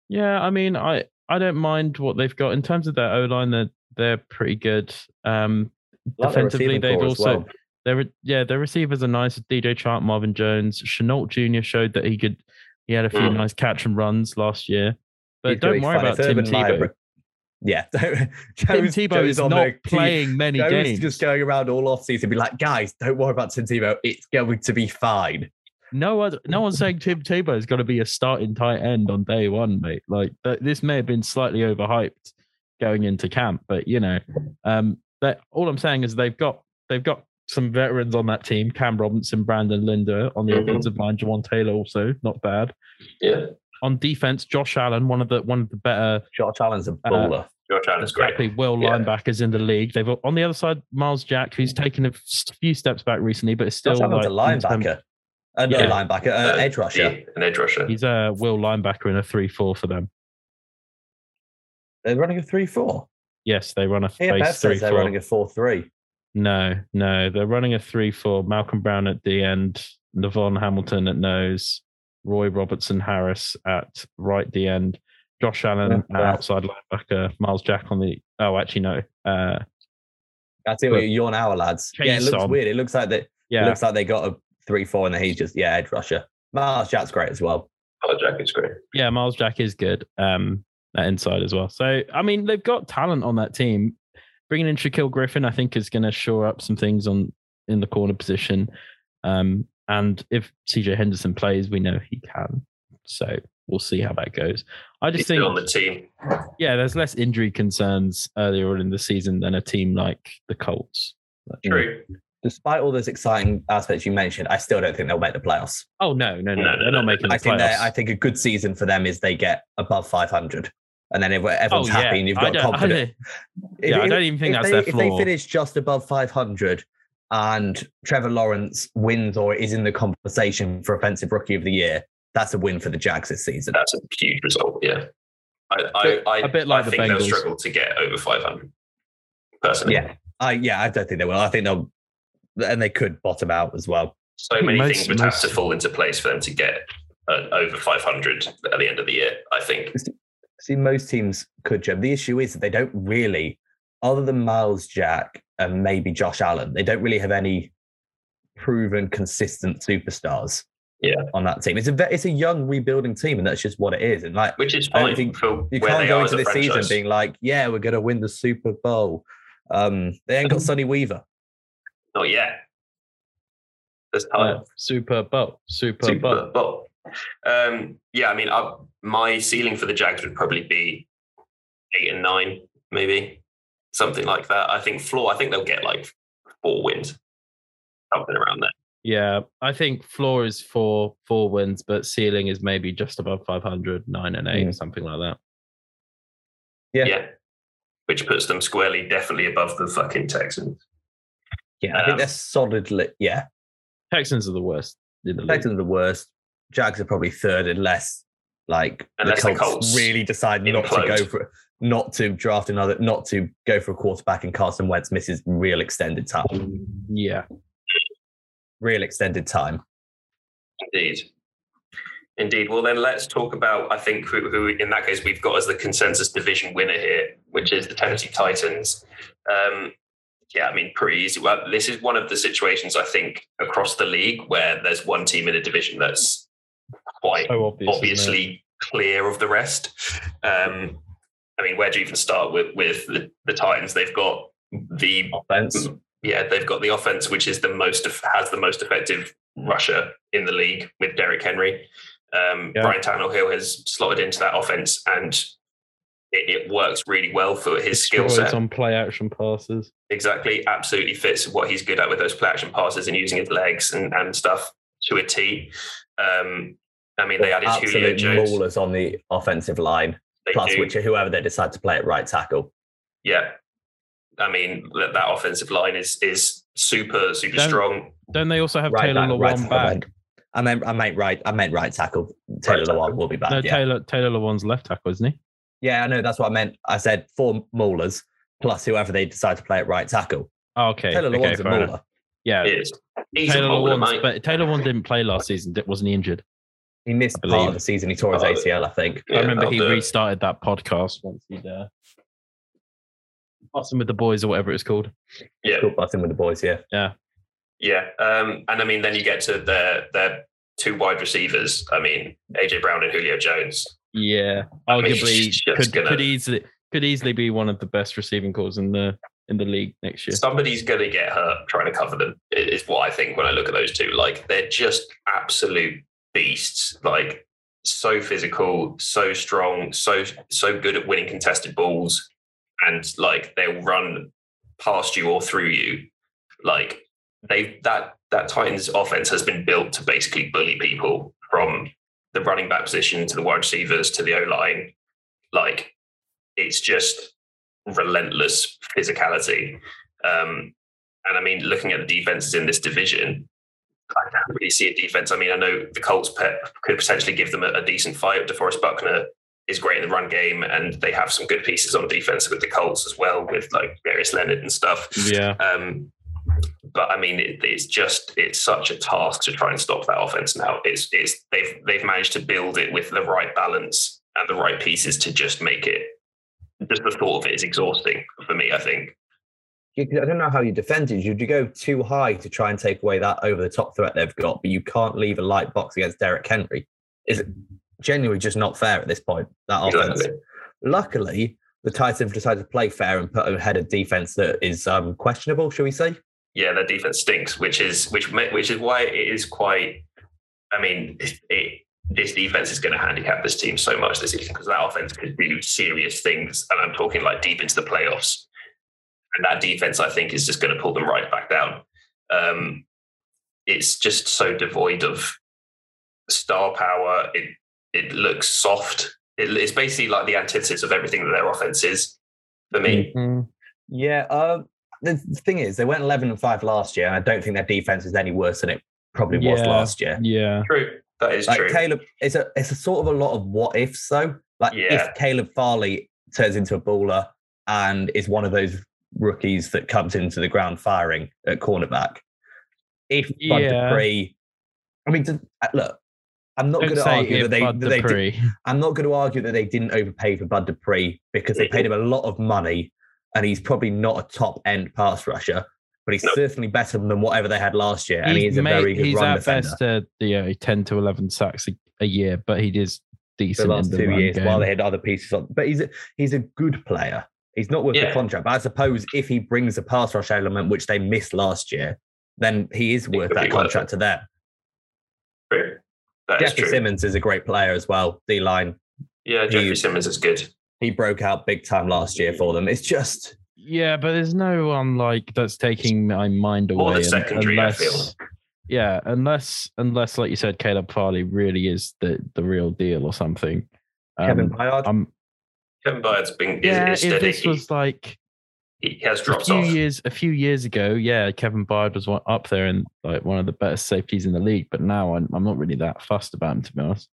[SPEAKER 4] Yeah, I mean, I I don't mind what they've got in terms of their O line. They're they're pretty good. Um,
[SPEAKER 3] Like the
[SPEAKER 4] defensively,
[SPEAKER 3] receiving
[SPEAKER 4] they've
[SPEAKER 3] core as
[SPEAKER 4] also
[SPEAKER 3] well.
[SPEAKER 4] their yeah their receivers are nice. DJ Chark, Marvin Jones, Chenault Jr. showed that he could. He had a few
[SPEAKER 2] Mm.
[SPEAKER 4] nice catch and runs last year. But
[SPEAKER 3] He's
[SPEAKER 4] don't
[SPEAKER 3] doing
[SPEAKER 4] worry
[SPEAKER 3] fine.
[SPEAKER 4] about
[SPEAKER 3] If
[SPEAKER 4] Tim
[SPEAKER 3] Urban Meyer-
[SPEAKER 4] Tebow.
[SPEAKER 3] Yeah, *laughs* Tim
[SPEAKER 4] Tim Tebow is not playing many
[SPEAKER 3] Jones
[SPEAKER 4] games.
[SPEAKER 3] just going around all off season, be like, guys, don't worry about Tim Tebow. It's going to be fine.
[SPEAKER 4] No, other, no one's saying Tim Tebow's got to be a starting tight end on day one, mate. Like th- this may have been slightly overhyped going into camp, but you know, um, that all I'm saying is they've got they've got some veterans on that team: Cam Robinson, Brandon Linder on the
[SPEAKER 3] Mm-hmm.
[SPEAKER 2] Mhm.
[SPEAKER 4] offensive line, Jawan Taylor also not bad
[SPEAKER 2] Yeah,
[SPEAKER 4] on defense. Josh Allen, one of the one of the better
[SPEAKER 3] Josh Allen's a
[SPEAKER 4] Uh,
[SPEAKER 3] baller.
[SPEAKER 2] George Allen's great.
[SPEAKER 4] exactly well
[SPEAKER 2] Yeah.
[SPEAKER 4] linebackers in the league. They've on the other side Miles Jack, who's taken a few steps back recently, but is still
[SPEAKER 3] Josh Allen's
[SPEAKER 4] like, in
[SPEAKER 3] a
[SPEAKER 4] terms-
[SPEAKER 3] linebacker. Uh, not a
[SPEAKER 4] Yeah.
[SPEAKER 3] linebacker, uh, edge rusher.
[SPEAKER 2] Yeah, an edge rusher.
[SPEAKER 4] He's a will linebacker in a three-four for them.
[SPEAKER 3] They're running a 3 4.
[SPEAKER 4] Yes, they run a
[SPEAKER 3] PFF
[SPEAKER 4] base three
[SPEAKER 3] says they're running
[SPEAKER 4] four.
[SPEAKER 3] a 4 3.
[SPEAKER 4] No, no, they're running a three four. Malcolm Brown at the end, Navon Hamilton at nose, Roy Robertson Harris at right the end, Josh Allen
[SPEAKER 3] Yeah.
[SPEAKER 4] at outside linebacker, Miles Jack on the oh actually no, uh
[SPEAKER 3] I tell
[SPEAKER 4] Look.
[SPEAKER 3] you, you're now, lads. Yeah, it looks
[SPEAKER 4] Chainsaw.
[SPEAKER 3] weird. It looks like that. It
[SPEAKER 4] yeah
[SPEAKER 3] looks like they got a 3 4 and then he's just, yeah, edge rusher. Miles Jack's great as well.
[SPEAKER 2] Oh, Jack is great.
[SPEAKER 4] yeah Miles Jack is good um at inside as well. So I mean they've got talent on that team. Bringing in Shaquille Griffin, I think, is going to shore up some things on in the corner position. Um, and if CJ Henderson plays, we know he can. So we'll see how that goes. I
[SPEAKER 2] He's
[SPEAKER 4] just
[SPEAKER 2] still on
[SPEAKER 4] think,
[SPEAKER 2] the team.
[SPEAKER 4] yeah, there's less injury concerns earlier on in the season than a team like the Colts.
[SPEAKER 2] True.
[SPEAKER 3] Despite all those exciting aspects you mentioned, I still don't think they'll make the playoffs.
[SPEAKER 4] Oh no, no,
[SPEAKER 2] No,
[SPEAKER 4] no,
[SPEAKER 2] no,
[SPEAKER 4] they're not
[SPEAKER 2] no.
[SPEAKER 4] making the
[SPEAKER 3] I think
[SPEAKER 4] playoffs.
[SPEAKER 3] they're- I think a good season for them is they get above 500, and then if
[SPEAKER 4] oh
[SPEAKER 3] everyone's
[SPEAKER 4] yeah,
[SPEAKER 3] happy and you've
[SPEAKER 4] I
[SPEAKER 3] got
[SPEAKER 4] don't, I
[SPEAKER 3] confidence.
[SPEAKER 4] don't-
[SPEAKER 3] If-
[SPEAKER 4] *laughs* yeah, I
[SPEAKER 3] if-
[SPEAKER 4] don't even think
[SPEAKER 3] if
[SPEAKER 4] that's
[SPEAKER 3] they,
[SPEAKER 4] their
[SPEAKER 3] if
[SPEAKER 4] floor.
[SPEAKER 3] they finish just above 500 and Trevor Lawrence wins or is in the conversation for offensive rookie of the year, that's a win for the Jags this season.
[SPEAKER 2] That's a huge result. Yeah, I, I, I,
[SPEAKER 4] A bit like
[SPEAKER 2] I
[SPEAKER 4] the
[SPEAKER 2] think they'll
[SPEAKER 4] Bengals.
[SPEAKER 2] struggle to get over 500. Personally,
[SPEAKER 3] Yeah, I yeah, I don't think they will. I think they'll, and they could bottom out as well.
[SPEAKER 2] so
[SPEAKER 4] think
[SPEAKER 2] many
[SPEAKER 4] most-
[SPEAKER 2] things would
[SPEAKER 4] most-
[SPEAKER 2] have to fall into place for them to get uh, over 500 at the end of the year. I think.
[SPEAKER 3] See, most teams could jump. The issue is that they don't really, other than Miles Jack and maybe Josh Allen, they don't really have any proven, consistent superstars.
[SPEAKER 2] Yeah.
[SPEAKER 3] on that team, it's a ve- it's a young rebuilding team, and that's just what it is. And like,
[SPEAKER 2] Which is
[SPEAKER 3] I don't
[SPEAKER 2] fine
[SPEAKER 3] think-
[SPEAKER 2] for
[SPEAKER 3] you
[SPEAKER 2] where
[SPEAKER 3] can't
[SPEAKER 2] they
[SPEAKER 3] go
[SPEAKER 2] are as
[SPEAKER 3] into
[SPEAKER 2] a
[SPEAKER 3] this
[SPEAKER 2] franchise.
[SPEAKER 3] season being like, yeah, we're going to win the Super Bowl. Um, they ain't got Sonny Weaver.
[SPEAKER 2] Not yet. There's time.
[SPEAKER 4] Yeah, Super Bowl, Super, Bowl.
[SPEAKER 2] Super Bowl. Um, yeah, I mean, I, my ceiling for the Jags would probably be eight and nine, maybe something like that. I think floor. I think they'll get like four wins, something around there.
[SPEAKER 4] Yeah, I think floor is four four wins, but ceiling is maybe just above 500, nine and eight,
[SPEAKER 3] Mm.
[SPEAKER 4] something like that.
[SPEAKER 3] Yeah.
[SPEAKER 2] Yeah. which puts them squarely, definitely above the fucking Texans.
[SPEAKER 3] Yeah, I think
[SPEAKER 2] Um,
[SPEAKER 3] they're solidly. Yeah,
[SPEAKER 4] Texans are the worst in the league.
[SPEAKER 3] Texans are the worst. Jags are probably third, unless like
[SPEAKER 2] Unless
[SPEAKER 3] the,
[SPEAKER 2] the
[SPEAKER 3] Colts
[SPEAKER 2] Colts
[SPEAKER 3] really decide not
[SPEAKER 2] implode.
[SPEAKER 3] to go for not to draft another, not to go for a quarterback, and Carson Wentz misses real extended time.
[SPEAKER 4] Yeah,
[SPEAKER 3] Real extended time.
[SPEAKER 2] Indeed. Indeed. Well, then let's talk about, I think, who, who in that case we've got as the consensus division winner here, which is the Tennessee Titans. Um, yeah, I mean, pretty easy. Well, this is one of the situations, I think, across the league where there's one team in a division that's quite
[SPEAKER 4] so obvious. isn't it?
[SPEAKER 2] obviously clear of the rest. Um, I mean, where do you even start with, with the, the Titans? They've got the
[SPEAKER 3] Offense.
[SPEAKER 2] yeah, they've got the offense, which is the most has the most effective rusher in the league with Derrick Henry. Um,
[SPEAKER 4] Yeah.
[SPEAKER 2] Brian Tannehill has slotted into that offense, and it, it works really well for his skill
[SPEAKER 4] Destroys
[SPEAKER 2] set.
[SPEAKER 4] on play action passes.
[SPEAKER 2] Exactly, absolutely fits what he's good at with those play action passes and using his legs and, and stuff to a T. Um, I mean, they added Julio
[SPEAKER 3] Absolute
[SPEAKER 2] Jones.
[SPEAKER 3] maulers on the offensive line,
[SPEAKER 2] They
[SPEAKER 3] plus
[SPEAKER 2] do.
[SPEAKER 3] which whoever they decide to play at right tackle.
[SPEAKER 2] yeah. I mean, that, that offensive line is is super super
[SPEAKER 4] Don't-
[SPEAKER 2] strong.
[SPEAKER 4] Don't they also have Taylor
[SPEAKER 3] back,
[SPEAKER 4] Lewan
[SPEAKER 3] tackle,
[SPEAKER 4] back?
[SPEAKER 3] back. I meant I meant right I meant right tackle. Taylor
[SPEAKER 2] tackle.
[SPEAKER 3] Lewan will be back.
[SPEAKER 4] No,
[SPEAKER 3] yeah.
[SPEAKER 4] Taylor Taylor Lewan's left tackle, isn't he?
[SPEAKER 3] yeah, I know that's what I meant. I said four maulers plus whoever they decide to play at right tackle.
[SPEAKER 4] Oh, okay,
[SPEAKER 3] Taylor
[SPEAKER 4] okay,
[SPEAKER 3] Lewan's a
[SPEAKER 4] fair enough.
[SPEAKER 3] mauler.
[SPEAKER 4] Yeah,
[SPEAKER 2] It is. He's
[SPEAKER 4] Taylor
[SPEAKER 2] a baller,
[SPEAKER 4] Lewan,
[SPEAKER 2] mate.
[SPEAKER 4] but Taylor Lewan didn't play last season. di- Wasn't he injured?
[SPEAKER 3] He missed
[SPEAKER 4] I
[SPEAKER 3] part
[SPEAKER 4] believe.
[SPEAKER 3] of the season. He tore his
[SPEAKER 2] Oh,
[SPEAKER 3] ACL, I think.
[SPEAKER 2] Yeah,
[SPEAKER 4] I remember
[SPEAKER 2] I'll
[SPEAKER 4] he
[SPEAKER 2] do it.
[SPEAKER 4] restarted that podcast once he'd uh, Boston with the boys or whatever it's called.
[SPEAKER 2] Yeah,
[SPEAKER 3] School busing with the boys, yeah.
[SPEAKER 2] yeah. Um, and I mean, then you get to their their two wide receivers. I mean, AJ Brown and Julio Jones.
[SPEAKER 4] Yeah,
[SPEAKER 2] I mean,
[SPEAKER 4] arguably
[SPEAKER 2] it's just
[SPEAKER 4] could,
[SPEAKER 2] gonna-
[SPEAKER 4] could easily could easily be one of the best receiving calls in the in the league next year.
[SPEAKER 2] Somebody's going to get hurt trying to cover them. i- Is what I think when I look at those two. Like they're just absolute beasts. Like so physical, so strong, so so good at winning contested balls, and like they'll run past you or through you. Like they that that Titans offense has been built to basically bully people from the running back position to the wide receivers to the O line. Like it's just relentless physicality. Um, and I mean, looking at the defenses in this division, I don't really see a defense. I mean, I know the Colts pe- could potentially give them a, a decent fight. DeForest Buckner is great in the run game, and they have some good pieces on defense with the Colts as well, with like various Leonard and stuff.
[SPEAKER 4] Yeah,
[SPEAKER 2] Um, but I mean, it, it's just it's such a task to try and stop that offense now. It's it's they've they've managed to build it with the right balance and the right pieces to just make it. Just the thought of it is exhausting for me. I think.
[SPEAKER 3] You, I don't know how you defend it. You you go too high to try and take away that over the top threat they've got, but you can't leave a light box against Derek Henry. Is genuinely just not fair at this point. That offense.
[SPEAKER 2] Exactly.
[SPEAKER 3] Luckily, the Titans have decided to play fair and put ahead a defense that is um, questionable, shall we say?
[SPEAKER 2] yeah, their defense stinks, which is which ma- which is why it is quite. I mean, it, it this defense is going to handicap this team so much this season because that offense could do serious things, and I'm talking like deep into the playoffs. And that defense, I think, is just going to pull them right back down. Um, it's just so devoid of star power. It it looks soft. It, it's basically like the antithesis of everything that their offense is for me.
[SPEAKER 4] Mm-hmm.
[SPEAKER 3] Yeah. Uh, the the thing is, they went 11 and 5 last year, and I don't think their defense is any worse than it probably was
[SPEAKER 4] Yeah.
[SPEAKER 3] last year.
[SPEAKER 4] yeah,
[SPEAKER 2] True, that is
[SPEAKER 3] Like
[SPEAKER 2] true.
[SPEAKER 3] Caleb, it's a it's a sort of a lot of what ifs though. Like
[SPEAKER 2] Yeah.
[SPEAKER 3] if Caleb Farley turns into a baller and is one of those rookies that comes into the ground firing at cornerback. If Bud
[SPEAKER 4] Yeah.
[SPEAKER 3] Dupree, I mean, d- uh, look, I'm not
[SPEAKER 4] don't
[SPEAKER 3] going to
[SPEAKER 4] say
[SPEAKER 3] argue
[SPEAKER 4] here,
[SPEAKER 3] that they,
[SPEAKER 4] Bud
[SPEAKER 3] that they did,
[SPEAKER 4] Dupree.
[SPEAKER 3] I'm not going to argue that they didn't overpay for Bud Dupree because they paid him a lot of money, and he's probably not a top end pass rusher, but he's
[SPEAKER 2] No.
[SPEAKER 3] certainly better than whatever they had last year, and he's a
[SPEAKER 4] made-
[SPEAKER 3] very good
[SPEAKER 4] he's
[SPEAKER 3] run
[SPEAKER 4] at
[SPEAKER 3] defender.
[SPEAKER 4] best uh, you know, ten to eleven sacks a, a year, but he is
[SPEAKER 3] the
[SPEAKER 4] decent
[SPEAKER 3] last
[SPEAKER 4] in the
[SPEAKER 3] two
[SPEAKER 4] run
[SPEAKER 3] years
[SPEAKER 4] game.
[SPEAKER 3] while they had other pieces on. But he's a, he's a good player. He's not worth
[SPEAKER 2] Yeah.
[SPEAKER 3] the contract. But I suppose if he brings a pass rush element, which they missed last year, then he is worth
[SPEAKER 2] could be
[SPEAKER 3] that
[SPEAKER 2] worth it.
[SPEAKER 3] contract to them.
[SPEAKER 2] True. That is
[SPEAKER 3] Jeffrey
[SPEAKER 2] true.
[SPEAKER 3] Simmons is a great player as well. D line,
[SPEAKER 2] Yeah, Jeffrey
[SPEAKER 3] He-
[SPEAKER 2] Simmons is good.
[SPEAKER 3] he broke out big time last year for them. It's just
[SPEAKER 4] Yeah, but there's no one like that's taking my mind away.
[SPEAKER 2] More than
[SPEAKER 4] un-
[SPEAKER 2] secondary, I feel.
[SPEAKER 4] Yeah, unless unless like you said, Caleb Farley really is the the real deal or something. Um,
[SPEAKER 3] Kevin Byard.
[SPEAKER 4] I'm,
[SPEAKER 2] Kevin Byard's been is,
[SPEAKER 4] yeah,
[SPEAKER 2] is
[SPEAKER 4] if
[SPEAKER 2] steady.
[SPEAKER 4] this was like
[SPEAKER 2] he, he has
[SPEAKER 4] a
[SPEAKER 2] dropped
[SPEAKER 4] few
[SPEAKER 2] off.
[SPEAKER 4] years a few years ago, yeah, Kevin Byard was one, up there and like one of the best safeties in the league. But now I'm, I'm not really that fussed about him to be honest.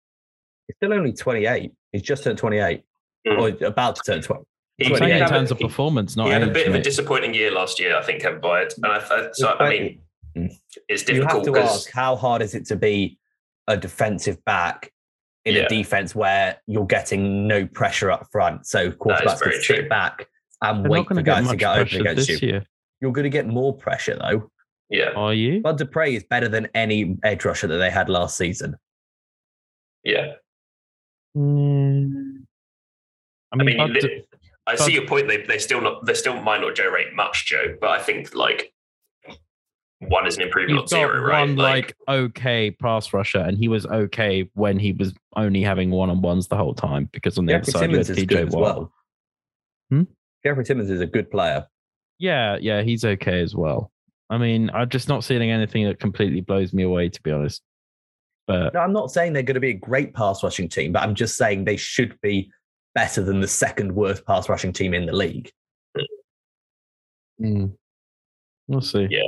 [SPEAKER 3] He's still only 28. He's just turned 28
[SPEAKER 2] Mm.
[SPEAKER 3] or about to turn 12.
[SPEAKER 2] He,
[SPEAKER 3] He's
[SPEAKER 4] It's
[SPEAKER 3] But
[SPEAKER 4] only
[SPEAKER 3] he
[SPEAKER 4] in
[SPEAKER 3] had
[SPEAKER 4] terms
[SPEAKER 2] a,
[SPEAKER 4] of performance, not
[SPEAKER 2] he had a
[SPEAKER 4] age,
[SPEAKER 2] bit of a
[SPEAKER 4] mate.
[SPEAKER 2] disappointing year last year, I think, Kevin Byard. And I, I, so, I
[SPEAKER 3] But
[SPEAKER 2] mean,
[SPEAKER 3] Mm.
[SPEAKER 2] it's
[SPEAKER 3] You have
[SPEAKER 2] difficult
[SPEAKER 3] to
[SPEAKER 2] because
[SPEAKER 3] ask how hard is it to be a defensive back in
[SPEAKER 2] Yeah.
[SPEAKER 3] a defense where you're getting no pressure up front, so quarterbacks
[SPEAKER 2] very
[SPEAKER 3] can
[SPEAKER 2] true.
[SPEAKER 3] sit back and
[SPEAKER 4] They're
[SPEAKER 3] wait
[SPEAKER 4] not
[SPEAKER 3] for
[SPEAKER 4] going to get
[SPEAKER 3] guys to
[SPEAKER 4] much
[SPEAKER 3] get open
[SPEAKER 4] pressure
[SPEAKER 3] against you.
[SPEAKER 4] this year,
[SPEAKER 3] You're going to get more pressure though.
[SPEAKER 2] yeah,
[SPEAKER 4] are you?
[SPEAKER 3] Bud Dupree is better than any edge rusher that they had last season.
[SPEAKER 2] yeah.
[SPEAKER 4] I
[SPEAKER 2] I
[SPEAKER 4] mean,
[SPEAKER 2] mean,
[SPEAKER 4] Bud Du-
[SPEAKER 2] li- I see your point. They they still not they still might not generate much, Joe. But I think like one is an improvement on
[SPEAKER 4] you've got
[SPEAKER 2] zero, right?
[SPEAKER 4] one like, okay pass rusher, and he was okay when he was only having one on ones the whole time because on the
[SPEAKER 3] Jeffrey
[SPEAKER 4] other side you had
[SPEAKER 3] Simmons is good
[SPEAKER 4] TJ
[SPEAKER 3] as
[SPEAKER 4] Watt.
[SPEAKER 3] well.
[SPEAKER 4] Hmm?
[SPEAKER 3] Jeffrey Simmons is a good player.
[SPEAKER 4] Yeah, yeah, he's okay as well. I mean, I'm just not seeing anything that completely blows me away, to be honest. But
[SPEAKER 3] No, I'm not saying they're going to be a great pass rushing team, but I'm just saying they should be better than the second worst pass rushing team in the league.
[SPEAKER 4] mm, we'll see.
[SPEAKER 2] Yeah.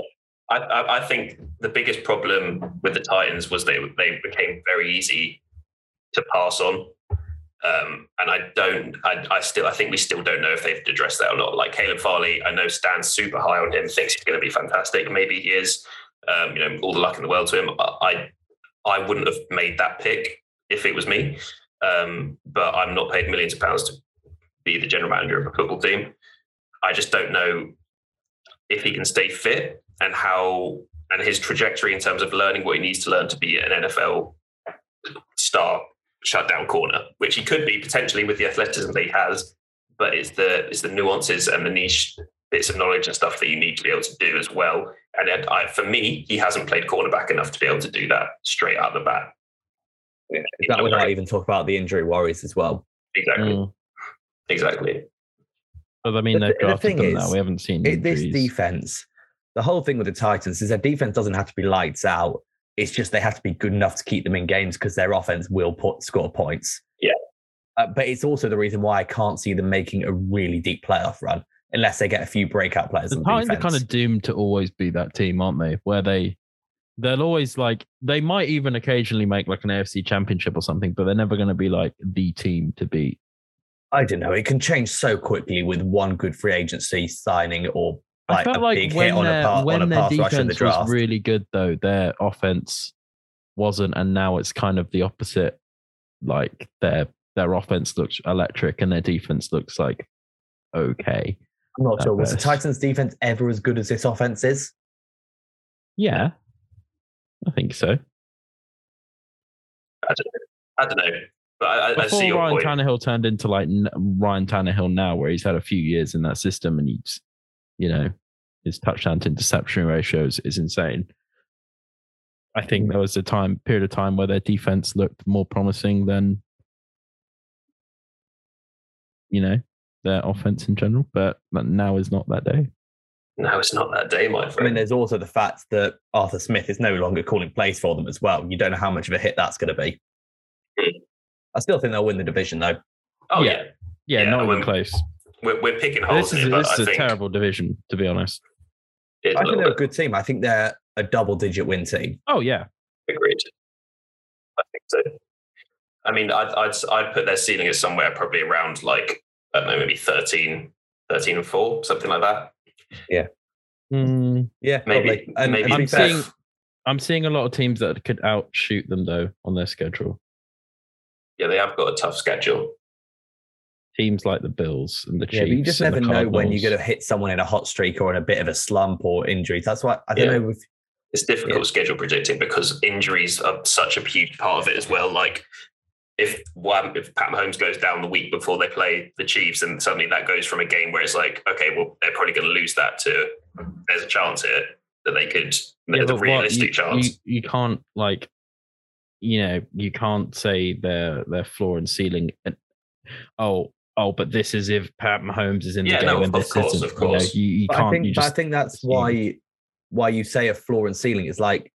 [SPEAKER 2] I, I, I think the biggest problem with the Titans was they they became very easy to pass on, um, and I don't. I, I still. I think we still don't know if they've addressed that or not. Like Caleb Farley, I know Stan's super high on him. Thinks he's going to be fantastic. Maybe he is. Um, you know, all the luck in the world to him. I I I wouldn't have made that pick if it was me. Um, but I'm not paid millions of pounds to be the general manager of a football team. I just don't know if he can stay fit and how and his trajectory in terms of learning what he needs to learn to be an NFL star shutdown corner, which he could be potentially with the athleticism that he has, but it's the it's the nuances and the niche bits of knowledge and stuff that you need to be able to do as well. And then I, for me, he hasn't played cornerback enough to be able to do that straight out the bat.
[SPEAKER 3] Is that without even talk about the injury worries as well?
[SPEAKER 2] Exactly.
[SPEAKER 4] Mm.
[SPEAKER 2] Exactly.
[SPEAKER 4] But I mean,
[SPEAKER 3] The
[SPEAKER 4] they've
[SPEAKER 3] thi- the
[SPEAKER 4] drafted
[SPEAKER 3] thing
[SPEAKER 4] them now.
[SPEAKER 3] is,
[SPEAKER 4] We haven't seen
[SPEAKER 3] It, this
[SPEAKER 4] injuries.
[SPEAKER 3] defense, the whole thing with the Titans is their defense doesn't have to be lights out. It's just they have to be good enough to keep them in games because their offense will put score points.
[SPEAKER 2] Yeah.
[SPEAKER 3] Uh, but it's also the reason why I can't see them making a really deep playoff run unless they get a few breakout players.
[SPEAKER 4] the
[SPEAKER 3] on
[SPEAKER 4] Titans are
[SPEAKER 3] defense.
[SPEAKER 4] kind of doomed to always be that team, aren't they? Where they they'll always like they might even occasionally make like an AFC championship or something, but they're never going to be like the team to beat.
[SPEAKER 3] I don't know. It can change so quickly with one good free agency signing or
[SPEAKER 4] I
[SPEAKER 3] like
[SPEAKER 4] felt
[SPEAKER 3] a
[SPEAKER 4] like
[SPEAKER 3] big
[SPEAKER 4] when
[SPEAKER 3] hit on
[SPEAKER 4] their,
[SPEAKER 3] a, par-
[SPEAKER 4] when
[SPEAKER 3] on a
[SPEAKER 4] their
[SPEAKER 3] pass rush in the
[SPEAKER 4] defense was
[SPEAKER 3] draft.
[SPEAKER 4] really good, though, their offense wasn't, and now it's kind of the opposite. Like their their offense looks electric, and their defense looks like okay.
[SPEAKER 3] I'm not sure. Was the
[SPEAKER 4] best.
[SPEAKER 3] Titans defense ever as good as this offense is?
[SPEAKER 4] Yeah, I think so.
[SPEAKER 2] I don't know, but I, I- I see
[SPEAKER 4] Before
[SPEAKER 2] your
[SPEAKER 4] Ryan
[SPEAKER 2] point.
[SPEAKER 4] Tannehill turned into like n- Ryan Tannehill now, where he's had a few years in that system, and he's, you know, his touchdown to interception ratios is insane. I think there was a time period of time where their defense looked more promising than, you know, their offense in general. But, but now is not that day.
[SPEAKER 2] no, it's not that day, my
[SPEAKER 3] I mean,
[SPEAKER 2] friend.
[SPEAKER 3] there's also the fact that Arthur Smith is no longer calling plays for them as well. You don't know how much of a hit that's going to be.
[SPEAKER 2] Hmm.
[SPEAKER 3] I still think they'll win the division though.
[SPEAKER 2] oh yeah,
[SPEAKER 4] yeah. Yeah,
[SPEAKER 2] Yeah,
[SPEAKER 4] not
[SPEAKER 2] I
[SPEAKER 4] even
[SPEAKER 2] wouldn't-
[SPEAKER 4] close.
[SPEAKER 2] We're, we're picking holes in
[SPEAKER 4] This is
[SPEAKER 2] here, but
[SPEAKER 4] this is
[SPEAKER 2] I
[SPEAKER 4] a
[SPEAKER 2] think
[SPEAKER 4] terrible division, to be honest.
[SPEAKER 2] it's
[SPEAKER 3] I
[SPEAKER 2] a
[SPEAKER 3] think
[SPEAKER 2] little
[SPEAKER 3] they're a
[SPEAKER 2] bit
[SPEAKER 3] good team. I think they're a double-digit win team.
[SPEAKER 4] Oh yeah,
[SPEAKER 2] agreed. I think so. I mean, I'd, I'd I'd put their ceiling at somewhere probably around like I don't know, maybe 13, 13 and four, something like that. Mm.
[SPEAKER 3] Yeah,
[SPEAKER 2] Maybe-
[SPEAKER 3] probably. And,
[SPEAKER 2] maybe
[SPEAKER 3] and to
[SPEAKER 2] I'm
[SPEAKER 3] be fair,
[SPEAKER 4] seeing- Mm. I'm seeing a lot of teams that could outshoot them though on their schedule.
[SPEAKER 2] Yeah, they have got a tough schedule.
[SPEAKER 4] Teams like the Bills and the Chiefs.
[SPEAKER 3] yeah, but you just
[SPEAKER 4] and
[SPEAKER 3] never
[SPEAKER 4] the
[SPEAKER 3] know when you're
[SPEAKER 4] Cardinals.
[SPEAKER 3] going to hit someone in a hot streak or in a bit of a slump or injuries. That's why I don't
[SPEAKER 2] Yeah.
[SPEAKER 3] know if
[SPEAKER 2] It's difficult schedule predicting because injuries are such a huge part of it as well. Like if one if Pat Mahomes goes down the week before they play the Chiefs, and suddenly that goes from a game where it's like, okay, well they're probably going to lose that to there's a chance here that they could there's
[SPEAKER 4] Yeah, but
[SPEAKER 2] a
[SPEAKER 4] what-
[SPEAKER 2] realistic
[SPEAKER 4] you,
[SPEAKER 2] chance.
[SPEAKER 4] You, *laughs* you can't like, you know, you can't say their their floor and ceiling. And, oh, oh, but this is if Pat Mahomes is in
[SPEAKER 2] Yeah,
[SPEAKER 4] the game,
[SPEAKER 2] no,
[SPEAKER 4] and
[SPEAKER 2] of
[SPEAKER 4] this
[SPEAKER 2] course,
[SPEAKER 4] isn't.
[SPEAKER 2] of course.
[SPEAKER 4] You, know, you, you
[SPEAKER 3] But
[SPEAKER 4] can't.
[SPEAKER 3] I think
[SPEAKER 4] you
[SPEAKER 3] but I
[SPEAKER 4] just
[SPEAKER 3] think that's
[SPEAKER 4] assume.
[SPEAKER 3] why why you say a floor and ceiling is like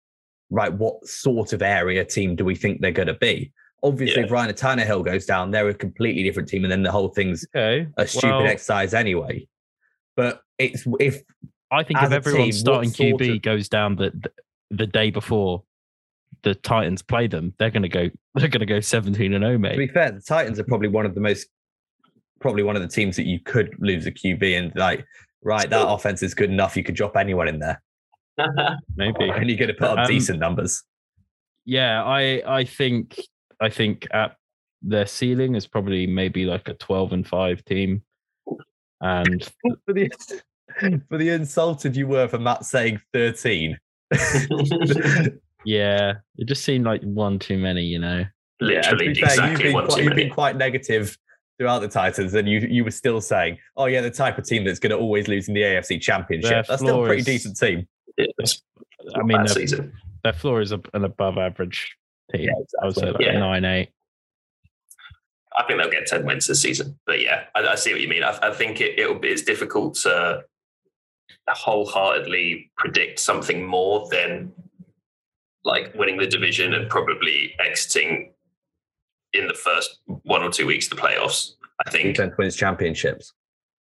[SPEAKER 3] right. What sort of area team do we think they're going to be? Obviously,
[SPEAKER 2] Yeah.
[SPEAKER 3] if Ryan Tannehill goes down, they're a completely different team, and then the whole thing's
[SPEAKER 4] okay.
[SPEAKER 3] a stupid
[SPEAKER 4] well,
[SPEAKER 3] exercise anyway. But it's if
[SPEAKER 4] I think
[SPEAKER 3] as
[SPEAKER 4] if
[SPEAKER 3] a
[SPEAKER 4] everyone
[SPEAKER 3] team, what
[SPEAKER 4] starting
[SPEAKER 3] sort
[SPEAKER 4] QB
[SPEAKER 3] of-
[SPEAKER 4] goes down the, the the day before the Titans play them, they're going to go. *laughs* They're going to go seventeen and zero,
[SPEAKER 3] to
[SPEAKER 4] mate.
[SPEAKER 3] be fair, the Titans are probably one of the most probably one of the teams that you could lose a QB and like right that offense is good enough you could drop anyone in there *laughs*
[SPEAKER 4] Maybe.
[SPEAKER 3] and you're going to put up
[SPEAKER 4] Um,
[SPEAKER 3] decent numbers. *laughs*
[SPEAKER 4] yeah i i think i think at their ceiling is probably maybe like a 12 and 5 team and
[SPEAKER 3] for the for the insulted you were for Matt saying thirteen.
[SPEAKER 4] yeah it just seemed like one too many you know
[SPEAKER 3] And to
[SPEAKER 2] Literally,
[SPEAKER 3] be fair, you've
[SPEAKER 2] exactly
[SPEAKER 3] been,
[SPEAKER 2] one
[SPEAKER 3] quite,
[SPEAKER 2] too
[SPEAKER 3] you've been
[SPEAKER 2] many.
[SPEAKER 3] quite negative throughout the Titans, and you you were still saying, "Oh yeah, the type of team that's going to always lose in the AFC Championship."
[SPEAKER 4] Their
[SPEAKER 3] that's still a
[SPEAKER 4] floor
[SPEAKER 3] pretty
[SPEAKER 4] is-
[SPEAKER 3] decent team.
[SPEAKER 2] It's
[SPEAKER 4] i
[SPEAKER 2] not
[SPEAKER 4] mean uh,
[SPEAKER 2] bad
[SPEAKER 4] their,
[SPEAKER 2] season.
[SPEAKER 4] their floor is a, an above average team i would say like
[SPEAKER 2] Yeah.
[SPEAKER 4] 9 8
[SPEAKER 2] I think they'll get ten wins this season. But yeah, I, I see what you mean. I, I think it, it'll be it's difficult to wholeheartedly predict something more than like winning the division and probably exiting in the first one or two weeks of the playoffs. I think
[SPEAKER 3] Defense wins championships.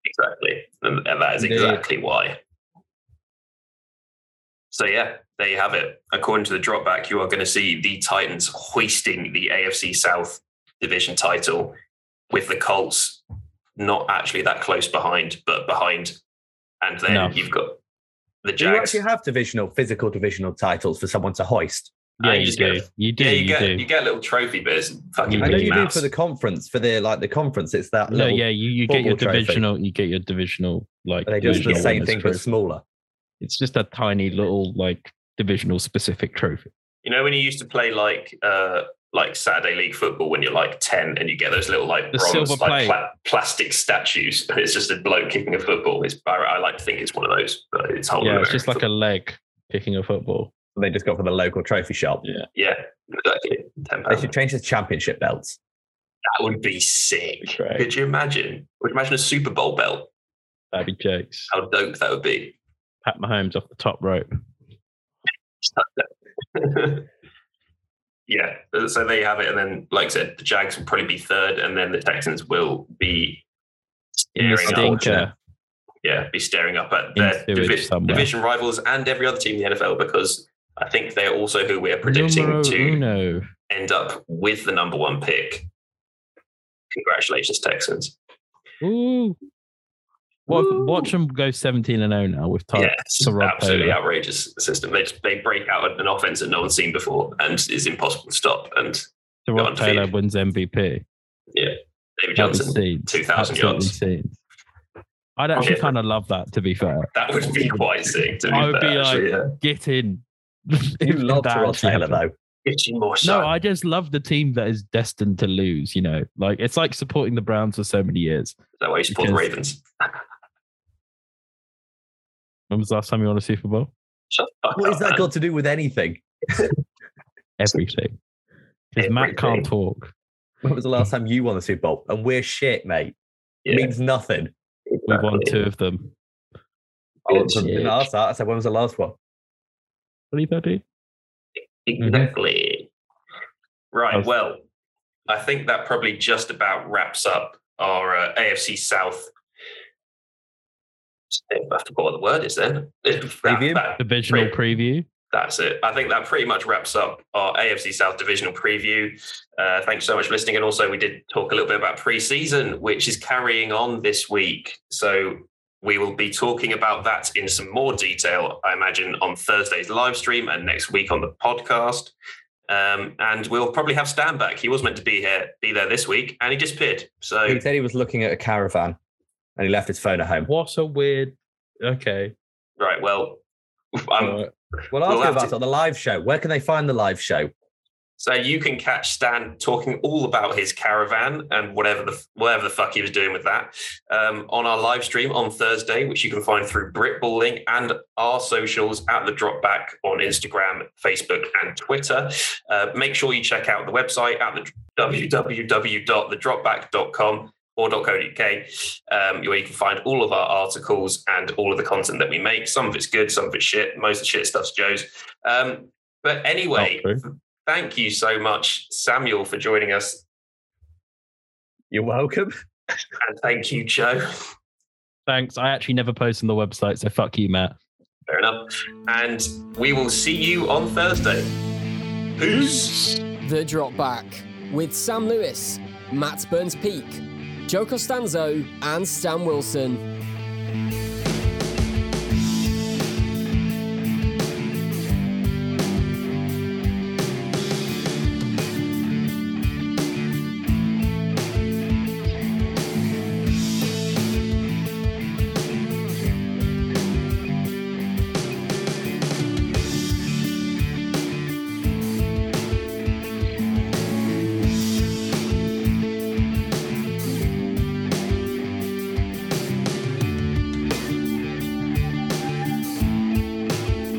[SPEAKER 2] exactly, and, and that is
[SPEAKER 4] Indeed.
[SPEAKER 2] exactly why. So yeah, there you have it. According to the dropback, you are going to see the Titans hoisting the AFC South division title, with the Colts not actually that close behind, but behind, and then
[SPEAKER 4] No.
[SPEAKER 2] you've got the
[SPEAKER 3] Do you
[SPEAKER 2] Jags.
[SPEAKER 3] actually have divisional, physical divisional titles for someone to hoist?
[SPEAKER 4] Yeah,
[SPEAKER 2] Uh, you
[SPEAKER 4] you
[SPEAKER 2] just
[SPEAKER 4] do.
[SPEAKER 2] get-
[SPEAKER 4] You do.
[SPEAKER 2] yeah, you,
[SPEAKER 4] you
[SPEAKER 2] get
[SPEAKER 4] do.
[SPEAKER 2] you get a little trophy, but it's fucking
[SPEAKER 3] I know you
[SPEAKER 2] mass.
[SPEAKER 3] do for the conference, for the like the conference. It's that
[SPEAKER 4] no,
[SPEAKER 3] little.
[SPEAKER 4] yeah, you, you get your
[SPEAKER 3] football trophy.
[SPEAKER 4] divisional. You get your divisional like.
[SPEAKER 3] They just do the
[SPEAKER 4] divisional
[SPEAKER 3] same
[SPEAKER 4] winners
[SPEAKER 3] thing but
[SPEAKER 4] trophy.
[SPEAKER 3] smaller.
[SPEAKER 4] It's just a tiny little like divisional specific trophy.
[SPEAKER 2] You know when you used to play like uh like Saturday league football when you're like ten and you get those little like
[SPEAKER 4] The
[SPEAKER 2] bronze
[SPEAKER 4] silver
[SPEAKER 2] like
[SPEAKER 4] plate.
[SPEAKER 2] pla- plastic statues *laughs* and it's just a bloke kicking a football. It's I, I like to think it's one of those, but it's whole.
[SPEAKER 4] yeah, it's
[SPEAKER 2] American
[SPEAKER 4] just like a leg kicking a football.
[SPEAKER 3] They just got for the local trophy shop.
[SPEAKER 2] *laughs*
[SPEAKER 4] Yeah.
[SPEAKER 2] football. yeah, exactly. Ten
[SPEAKER 3] They
[SPEAKER 2] pounds.
[SPEAKER 3] should
[SPEAKER 2] That
[SPEAKER 3] change the championship
[SPEAKER 4] *laughs*
[SPEAKER 3] belts.
[SPEAKER 2] would be sick.
[SPEAKER 4] Great.
[SPEAKER 2] Could you imagine? Would you imagine a Super Bowl belt?
[SPEAKER 4] That'd be jokes.
[SPEAKER 2] How dope that would be. *laughs*
[SPEAKER 4] Pat Mahomes off the top rope.
[SPEAKER 2] yeah, so there you have it. And then, like I said, the Jags will probably be third, and then the Texans will be
[SPEAKER 4] In the
[SPEAKER 2] staring up.
[SPEAKER 4] stinker.
[SPEAKER 2] Yeah, be staring up at
[SPEAKER 4] In
[SPEAKER 2] their
[SPEAKER 4] sewage
[SPEAKER 2] divi-
[SPEAKER 4] somewhere.
[SPEAKER 2] division rivals and every other team in the NFL because I think they're also who we are predicting
[SPEAKER 4] Numero
[SPEAKER 2] to
[SPEAKER 4] uno.
[SPEAKER 2] end up with the number one pick. Congratulations, Texans.
[SPEAKER 4] Ooh. Well, watch them go 17 and 0 now with time.
[SPEAKER 2] yeah, it's
[SPEAKER 4] to Rob
[SPEAKER 2] absolutely
[SPEAKER 4] Taylor.
[SPEAKER 2] outrageous system. They, they break out an offense that no one's seen before and is impossible to stop. And
[SPEAKER 4] So Rob
[SPEAKER 2] Go on,
[SPEAKER 4] Taylor
[SPEAKER 2] Pete.
[SPEAKER 4] wins MVP.
[SPEAKER 2] David
[SPEAKER 4] That'd be
[SPEAKER 2] Johnson,
[SPEAKER 4] scenes.
[SPEAKER 2] 2,000
[SPEAKER 4] Absolutely
[SPEAKER 2] yards.
[SPEAKER 4] scenes. I'd actually
[SPEAKER 2] Yeah.
[SPEAKER 4] kind of love that, to be fair.
[SPEAKER 2] That would
[SPEAKER 4] *laughs*
[SPEAKER 2] be quite sick. To be
[SPEAKER 4] I would
[SPEAKER 2] fair,
[SPEAKER 4] be
[SPEAKER 2] actually, yeah.
[SPEAKER 4] Get in. *laughs*
[SPEAKER 3] You
[SPEAKER 4] If
[SPEAKER 3] love
[SPEAKER 4] that
[SPEAKER 3] Terrell
[SPEAKER 4] actually
[SPEAKER 3] Taylor
[SPEAKER 4] happened.
[SPEAKER 3] though.
[SPEAKER 2] Itchy more
[SPEAKER 4] No, I just love the team that is destined to lose, you know. Like it's like supporting the Browns for so many years.
[SPEAKER 2] that way you support the
[SPEAKER 4] because-
[SPEAKER 2] Ravens.
[SPEAKER 4] When was the last time you won a Super Bowl?
[SPEAKER 2] Shut the fuck
[SPEAKER 3] What
[SPEAKER 2] up,
[SPEAKER 3] has that
[SPEAKER 2] man.
[SPEAKER 3] got to do with anything?
[SPEAKER 4] Everything. Because Matt can't talk.
[SPEAKER 3] When was the last time you won the Super Bowl? And we're shit, mate.
[SPEAKER 2] Yeah.
[SPEAKER 3] It means nothing.
[SPEAKER 4] We've won
[SPEAKER 2] Exactly.
[SPEAKER 4] two of them.
[SPEAKER 3] I didn't ask that. I said, when was the last one?
[SPEAKER 4] Believe that, dude?
[SPEAKER 2] Exactly. Right.
[SPEAKER 4] That's-
[SPEAKER 2] Well, I think that probably just about wraps up our uh, AFC South. I forgot what the word is then. *laughs*
[SPEAKER 3] Preview?
[SPEAKER 2] That- that-
[SPEAKER 4] Divisional
[SPEAKER 2] Great.
[SPEAKER 4] preview.
[SPEAKER 2] that's it. I think that pretty much wraps up our AFC South divisional preview. Uh, thanks so much for listening. And also, we did talk a little bit about preseason, which is carrying on this week. So we will be talking about that in some more detail, I imagine, on Thursday's live stream and next week on the podcast. Um, and we'll probably have Stan back. He was meant to be here, be there this week, and he disappeared. So
[SPEAKER 3] He said he was looking at a caravan and he left his phone at home.
[SPEAKER 4] What a weird okay.
[SPEAKER 2] right, well, I'm,
[SPEAKER 4] Alright.
[SPEAKER 3] Well, ask
[SPEAKER 2] We'll
[SPEAKER 3] him
[SPEAKER 2] have
[SPEAKER 3] about
[SPEAKER 2] to-
[SPEAKER 3] it on the live show. Where can they find the live show?
[SPEAKER 2] So you can catch Stan talking all about his caravan and whatever the whatever the fuck he was doing with that um, on our live stream on Thursday, which you can find through Britballing and our socials at the Dropback on Instagram, Facebook, and Twitter. Uh, make sure you check out the website at the www.thedropback.com or .co.uk, um, where you can find all of our articles and all of the content that we make. Some of it's good, some of it's shit. Most of the shit stuff's Joe's. Um, but anyway,
[SPEAKER 4] Not
[SPEAKER 2] thank you so much, Samuel, for joining us.
[SPEAKER 3] You're welcome.
[SPEAKER 2] And thank you, Joe.
[SPEAKER 4] Thanks. I actually never post on the website, so fuck you, Matt.
[SPEAKER 2] Fair enough. And we will see you on Thursday. Peace.
[SPEAKER 1] The Drop Back with Sam Lewis, Matt Burns Peak, Joe Costanzo, and Stan Wilson.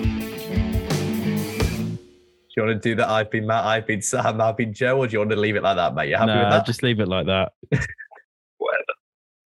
[SPEAKER 3] Do you want to do that? I've been Matt, I've been Sam, I've been Joe, or do you want to leave it like that, mate? You're happy with
[SPEAKER 4] Nah,
[SPEAKER 3] that?
[SPEAKER 4] just leave it like that.